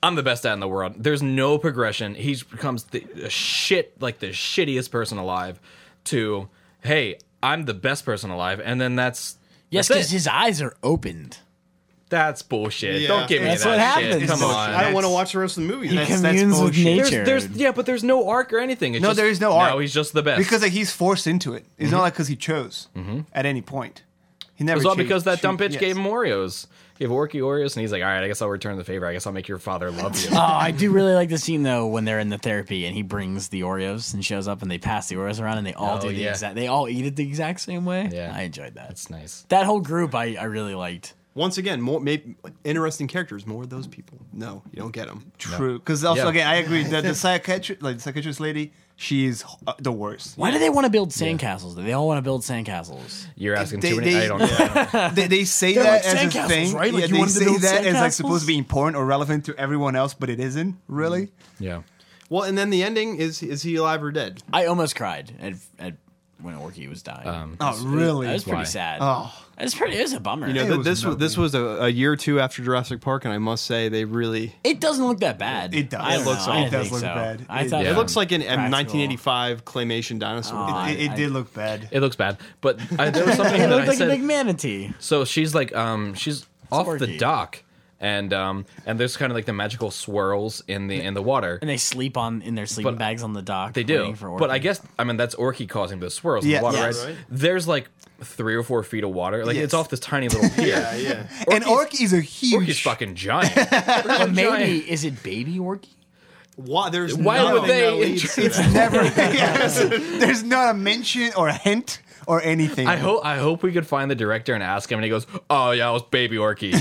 S1: "I'm the best dad in the world." There's no progression. He becomes the a shit like the shittiest person alive. To hey, I'm the best person alive, and then that's
S4: Yes,
S1: that's,
S4: because
S1: it.
S4: his eyes are opened.
S1: that's bullshit.
S2: Yeah.
S1: Don't give me
S4: That's
S1: that
S4: what
S1: shit.
S4: happens.
S1: Come
S4: It's
S1: on.
S2: I don't want to watch the rest of the movie.
S4: He
S2: That's-
S3: that's
S4: communes with
S3: bullshit.
S1: There's,
S4: nature.
S1: there's, yeah, but there's no arc or anything. It's
S3: No,
S1: just,
S3: there is no arc.
S1: Now he's just the best.
S3: because like, he's forced into it. It's
S1: Mm-hmm.
S3: not like because he chose at any point. He never.
S1: It was all
S3: choo-
S1: Mm-hmm. because that dumb
S3: choo-
S1: bitch
S3: yes.
S1: gave him Oreos. Gave Orky Oreos, and he's like, "All right, I guess I'll return the favor. I guess I'll make your father love [LAUGHS] you."
S4: Oh, I do really like the scene though when they're in the therapy and he brings the Oreos and shows up and they pass the Oreos around and they all
S1: Oh,
S4: do the
S1: yeah.
S4: exact they all eat it the exact same way.
S1: Yeah.
S4: I enjoyed that.
S1: That's nice.
S4: That whole group I, I really liked.
S2: Once again, more maybe interesting characters. More of those people. No, you don't get them.
S3: True, because also
S1: Yeah.
S3: again,
S1: [LAUGHS]
S3: I agree that the psychiatrist, like the psychiatrist lady, she's uh, the worst.
S4: Why do they want to build sandcastles? Do They all want to build sandcastles.
S1: You're asking
S3: They-
S1: too many.
S3: they-
S1: I don't
S4: [LAUGHS]
S1: know.
S3: [LAUGHS] they, they say
S4: They're
S3: that
S4: like
S3: as
S4: sandcastles,
S3: a thing,
S4: right? Like,
S3: yeah,
S4: you
S3: they
S4: wanted to
S3: say
S4: build
S3: that as like
S4: sandcastles?
S3: supposed to be important or relevant to everyone else, but it isn't really.
S1: yeah.
S2: Well, and then the ending is is he alive or dead?
S4: I almost cried at, at when Orky was dying.
S3: Oh, really?
S4: that was pretty
S1: Um, why?
S4: sad.
S3: Oh.
S4: It was pretty it was a bummer.
S2: You know,
S3: It
S2: th-
S3: was
S2: this was this
S3: nothing.
S2: was a, a year or two after Jurassic Park, and I must say they really.
S4: It doesn't look that bad.
S3: It does.
S4: I don't
S2: It looks
S4: know.
S2: awful.
S4: I didn't
S2: It
S3: does
S4: think
S3: look
S4: so.
S3: bad.
S4: I
S3: It-
S4: thought
S1: It
S2: It looks like an
S4: practical.
S2: 1985 claymation dinosaur.
S4: Aw.
S3: it, it,
S4: I-
S3: it did look bad.
S1: It looks bad, but I, there
S4: [LAUGHS]
S1: was something
S4: It
S1: that
S4: looked
S1: I
S4: like
S1: said.
S4: a big manatee.
S1: So she's like, um, she's off the
S4: Orky.
S1: dock, and um, and there's kind of like the magical swirls in the in the water.
S4: And they sleep on in their sleeping
S1: But
S4: bags on the dock.
S1: They do,
S4: waiting For
S1: but
S4: Orky.
S1: I guess I mean that's Orky causing those swirls in
S3: Yes.
S1: the water.
S3: Yes.
S1: Right? There's like three or four feet of water. Like it's
S3: Yes.
S1: off this tiny little
S4: [LAUGHS]
S1: pier. yeah,
S2: yeah.
S3: and Orc is a huge.
S1: Orky's fucking giant. Orky's a
S4: But
S1: giant.
S4: maybe [LAUGHS] is it baby Orky?
S2: Why? There's
S1: Why
S2: nothing
S1: would they
S2: that leads to
S1: introduce-
S2: that.
S3: Never. yes. There's not a mention or a hint or anything.
S4: [LAUGHS]
S1: I hope I hope we could find the director and ask him, and he goes, "Oh yeah, it was Baby
S4: [LAUGHS]
S1: Orky."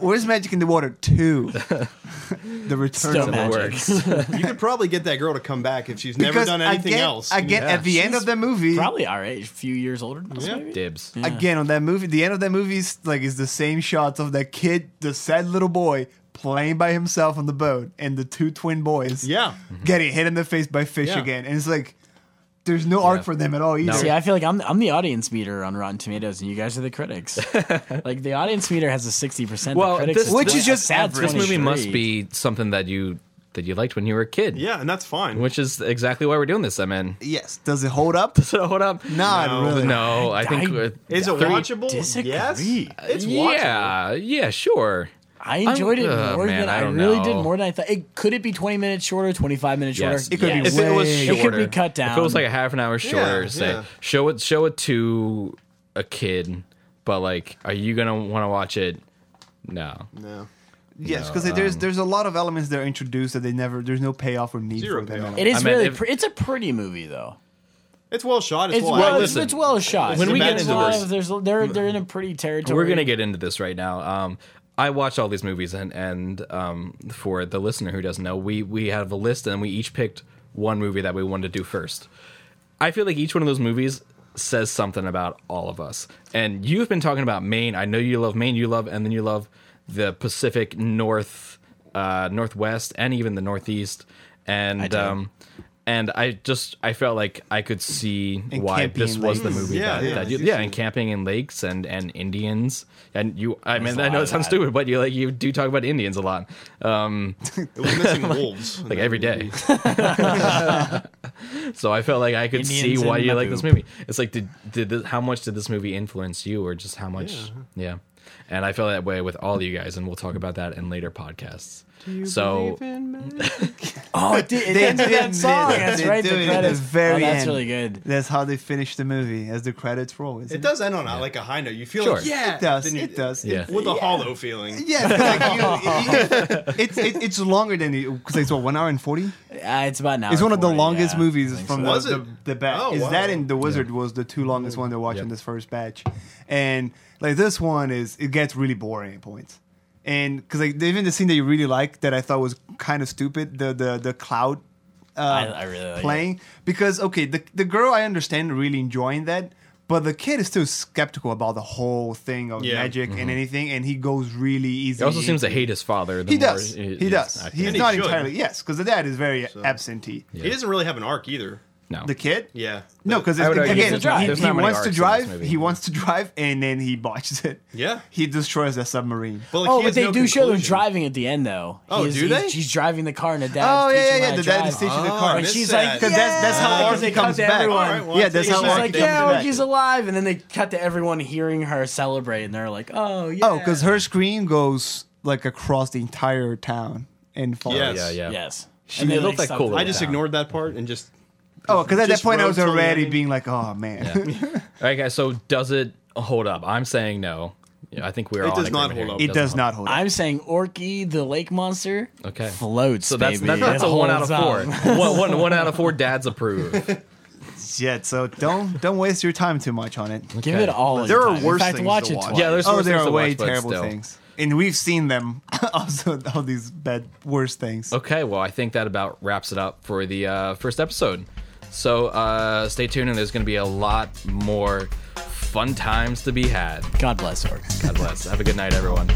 S3: Where's Magic in the Water two? the return
S4: Still
S3: of
S4: magic.
S3: the work.
S2: You could probably get that girl to come back if she's never done anything
S3: again,
S2: else.
S3: Again,
S1: Yeah.
S3: at the end of the movie,
S4: Probably our age, a few years older than us.
S2: Yeah.
S4: Maybe? [LAUGHS]
S1: Dibs.
S3: again on that movie the end of that movie is like is the same shots of that kid the sad little boy playing by himself on the boat and the two twin boys
S2: Yeah.
S3: getting hit in the face by fish
S2: Yeah.
S3: again and it's like there's no arc for them at all either
S4: See, I feel like I'm I'm the audience meter on Rotten Tomatoes, and you guys are
S1: [LAUGHS]
S4: the critics. like the audience meter has a sixty percent.
S1: Well,
S4: the critics
S1: this-
S4: has
S1: which
S4: a
S1: is just
S4: sad
S1: This movie
S4: 23.
S1: must be something that you that you liked when you were a kid.
S2: yeah, and that's fine.
S1: Which is exactly why we're doing this. I mean,
S3: yes does it hold up
S1: so hold up.
S3: not
S2: No.
S3: really
S1: No, I think
S4: I
S1: uh,
S2: is it
S1: three-
S2: watchable?
S4: disagree.
S2: Yes, it's watchable.
S1: Yeah, yeah, sure.
S4: I enjoyed it
S1: uh,
S4: more
S1: man,
S4: than
S1: I
S4: I,
S1: don't
S4: really did
S1: know.
S4: more than I thought. It could it be twenty minutes shorter, twenty five minutes shorter?
S1: Yes. It
S3: could be
S4: Yes.
S1: If it was
S3: Way-
S1: shorter,
S4: It could be cut down.
S1: If it was like a half an hour shorter,
S2: Yeah,
S1: say
S2: yeah.
S1: show it show it to a kid, but like, are you gonna want to watch it? No.
S2: No.
S3: yes because there's
S2: um,
S3: there's a lot of elements that are introduced that they never there's no payoff or need
S2: Zero
S3: for them
S2: payoff.
S3: at all.
S4: it is
S1: I mean,
S4: really.
S1: if-
S4: pre- it's a pretty movie though.
S2: It's well shot. It's,
S4: It's
S2: well.
S4: well,
S2: I-
S4: it's-
S2: listen,
S4: it's well shot.
S1: When
S2: we get
S4: There's
S2: into
S4: a lot
S1: this-
S4: of- there's they're they're in a pretty territory.
S1: We're gonna get into this right now. Um, I watch all these movies, and and um, for the listener who doesn't know, we we have a list, and we each picked one movie that we wanted to do first. I feel like each one of those movies says something about all of us. And you've been talking about Maine. I know you love Maine. You love, and then you love the Pacific North, uh, Northwest, and even the Northeast. And um, and I just I felt like I could see
S3: And
S1: why
S3: camping
S1: this
S3: in
S1: was the
S3: lakes.
S1: movie
S2: Yeah,
S1: that,
S2: yeah,
S1: that
S2: I
S1: you,
S2: do
S1: yeah,
S2: see
S1: and camping in lakes and and Indians and you I
S4: There's
S1: mean
S4: a
S1: I know
S4: lot
S1: it
S4: of
S1: sounds
S4: that.
S1: stupid but you like you do talk about Indians a lot um
S2: It was missing wolves. in
S1: like
S2: that
S1: every
S2: movie.
S1: day [LAUGHS] so I felt like I could
S4: Indians
S1: see why
S4: in
S1: you
S4: my
S1: like this
S4: poop.
S1: movie it's like did did this, how much did this movie influence you or just how much yeah, and I feel that way with all you guys and we'll talk about that in later podcasts so
S4: Oh,
S1: [LAUGHS]
S4: it did. It
S3: They
S4: ended
S3: did
S4: that song.
S3: this.
S4: That's
S3: They
S4: right. The
S3: do it at the
S4: credits.
S3: very
S4: oh, that's
S3: end.
S4: really good.
S3: That's how they finish the movie as the credits roll.
S2: It
S3: Isn't it?
S2: does end on a like a high note. You feel
S1: Sure.
S2: like yeah,
S3: It does.
S2: then you-
S3: It does.
S1: yeah
S2: with a hollow feeling.
S3: Yeah, 'cause, like, you, it, it, it's- it- it's longer than because it's what one hour and forty.
S4: Uh, it's about now.
S3: It's one of the longest movies from the,
S2: Was
S3: the,
S2: it?
S3: the batch.
S2: Oh,
S3: is
S2: wow.
S3: that and The Wizard was the two longest one to watch in
S1: Yep.
S3: this first batch, and like this one is it gets really boring at points, and because like even the scene that you really like that I thought was kind of stupid the the the cloud. Uh,
S4: I- I really like
S3: playing because okay the the girl I understand really enjoying that. But the kid is still skeptical about the whole thing of
S2: Yeah.
S3: magic and anything, and he goes really easy.
S1: He Mm-hmm. also
S3: into
S1: seems to hate his father. The
S3: he
S1: more-
S3: does. He, does.
S1: I think.
S3: He's
S2: And he
S3: not
S2: should.
S3: entirely yes, because the dad is very absentee.
S2: He doesn't really have an arc either.
S1: no.
S3: The kid.
S2: Yeah.
S3: No, because
S1: would argue
S3: again,
S4: there's not-
S3: he,
S4: there's
S3: he
S1: not many
S3: wants
S1: arcs
S3: to
S1: in this
S3: drive.
S1: movie.
S3: He wants to drive, and then he botches it.
S2: Yeah.
S3: He destroys the submarine.
S2: But, like,
S4: Oh,
S2: he
S4: but
S2: has
S4: they
S2: no
S4: do show them
S2: conclusion.
S4: driving at the end, though.
S2: Oh,
S4: He's-
S2: do
S4: he's-
S2: they?
S4: She's driving the car, and the dad.
S3: oh yeah, yeah, yeah. The
S4: drive.
S3: dad is teaching the
S2: Oh,
S3: car.
S2: I
S4: And
S2: missed
S4: she's
S2: that.
S4: like,
S3: Because that's that's how
S4: "Yeah."
S2: Because
S3: Archie
S4: they cut
S3: comes
S4: to
S3: back.
S4: everyone.
S2: All right, well,
S3: yeah,
S2: I'll
S3: that's
S2: take
S3: how
S2: it.
S4: She's
S3: Archie
S4: like,
S3: comes
S4: yeah,
S3: back.
S4: Orky's alive, and then they cut to everyone hearing her celebrate, and they're like, oh yeah.
S3: Oh, because her scream goes like across the entire town and falls.
S2: Yes.
S1: yeah, yeah.
S4: Yes.
S1: She looked like cool.
S2: I just
S1: Yeah.
S2: ignored that part and just
S3: Oh, because at that
S2: Just
S3: point I was
S2: rode till the
S3: already
S2: end.
S3: being like, oh man.
S1: All right, guys. So does it hold up? I'm saying no. Yeah, I think we're all. in
S2: does not
S1: agreement here.
S2: hold up.
S3: [LAUGHS] it does not hold. up.
S4: I'm saying Orky, the lake monster,
S1: Okay.
S4: floats.
S1: So that's
S4: baby.
S1: that's, that's a
S4: It
S1: one out of
S4: holds
S1: four.
S4: up. [LAUGHS]
S1: one, one, one out of four dads approve.
S3: yet, [LAUGHS] so don't don't waste your time too much on it.
S4: Give
S1: Okay.
S4: it all.
S2: There
S4: your
S2: are
S4: time.
S2: worse
S4: In fact,
S2: things
S4: watch
S2: to
S4: it
S2: watch.
S4: twice.
S1: Yeah, there's
S3: oh,
S1: worse
S3: there
S1: things
S3: are
S1: to
S3: way
S1: watch, but
S3: terrible
S1: still.
S3: things, and we've seen them. [LAUGHS] also, all these bad, worst things.
S1: Okay, well, I think that about wraps it up for the uh, first episode. So uh, stay tuned, and there's going to be a lot more fun times to be had.
S4: God bless Orky.
S1: God bless. Have a good night, everyone.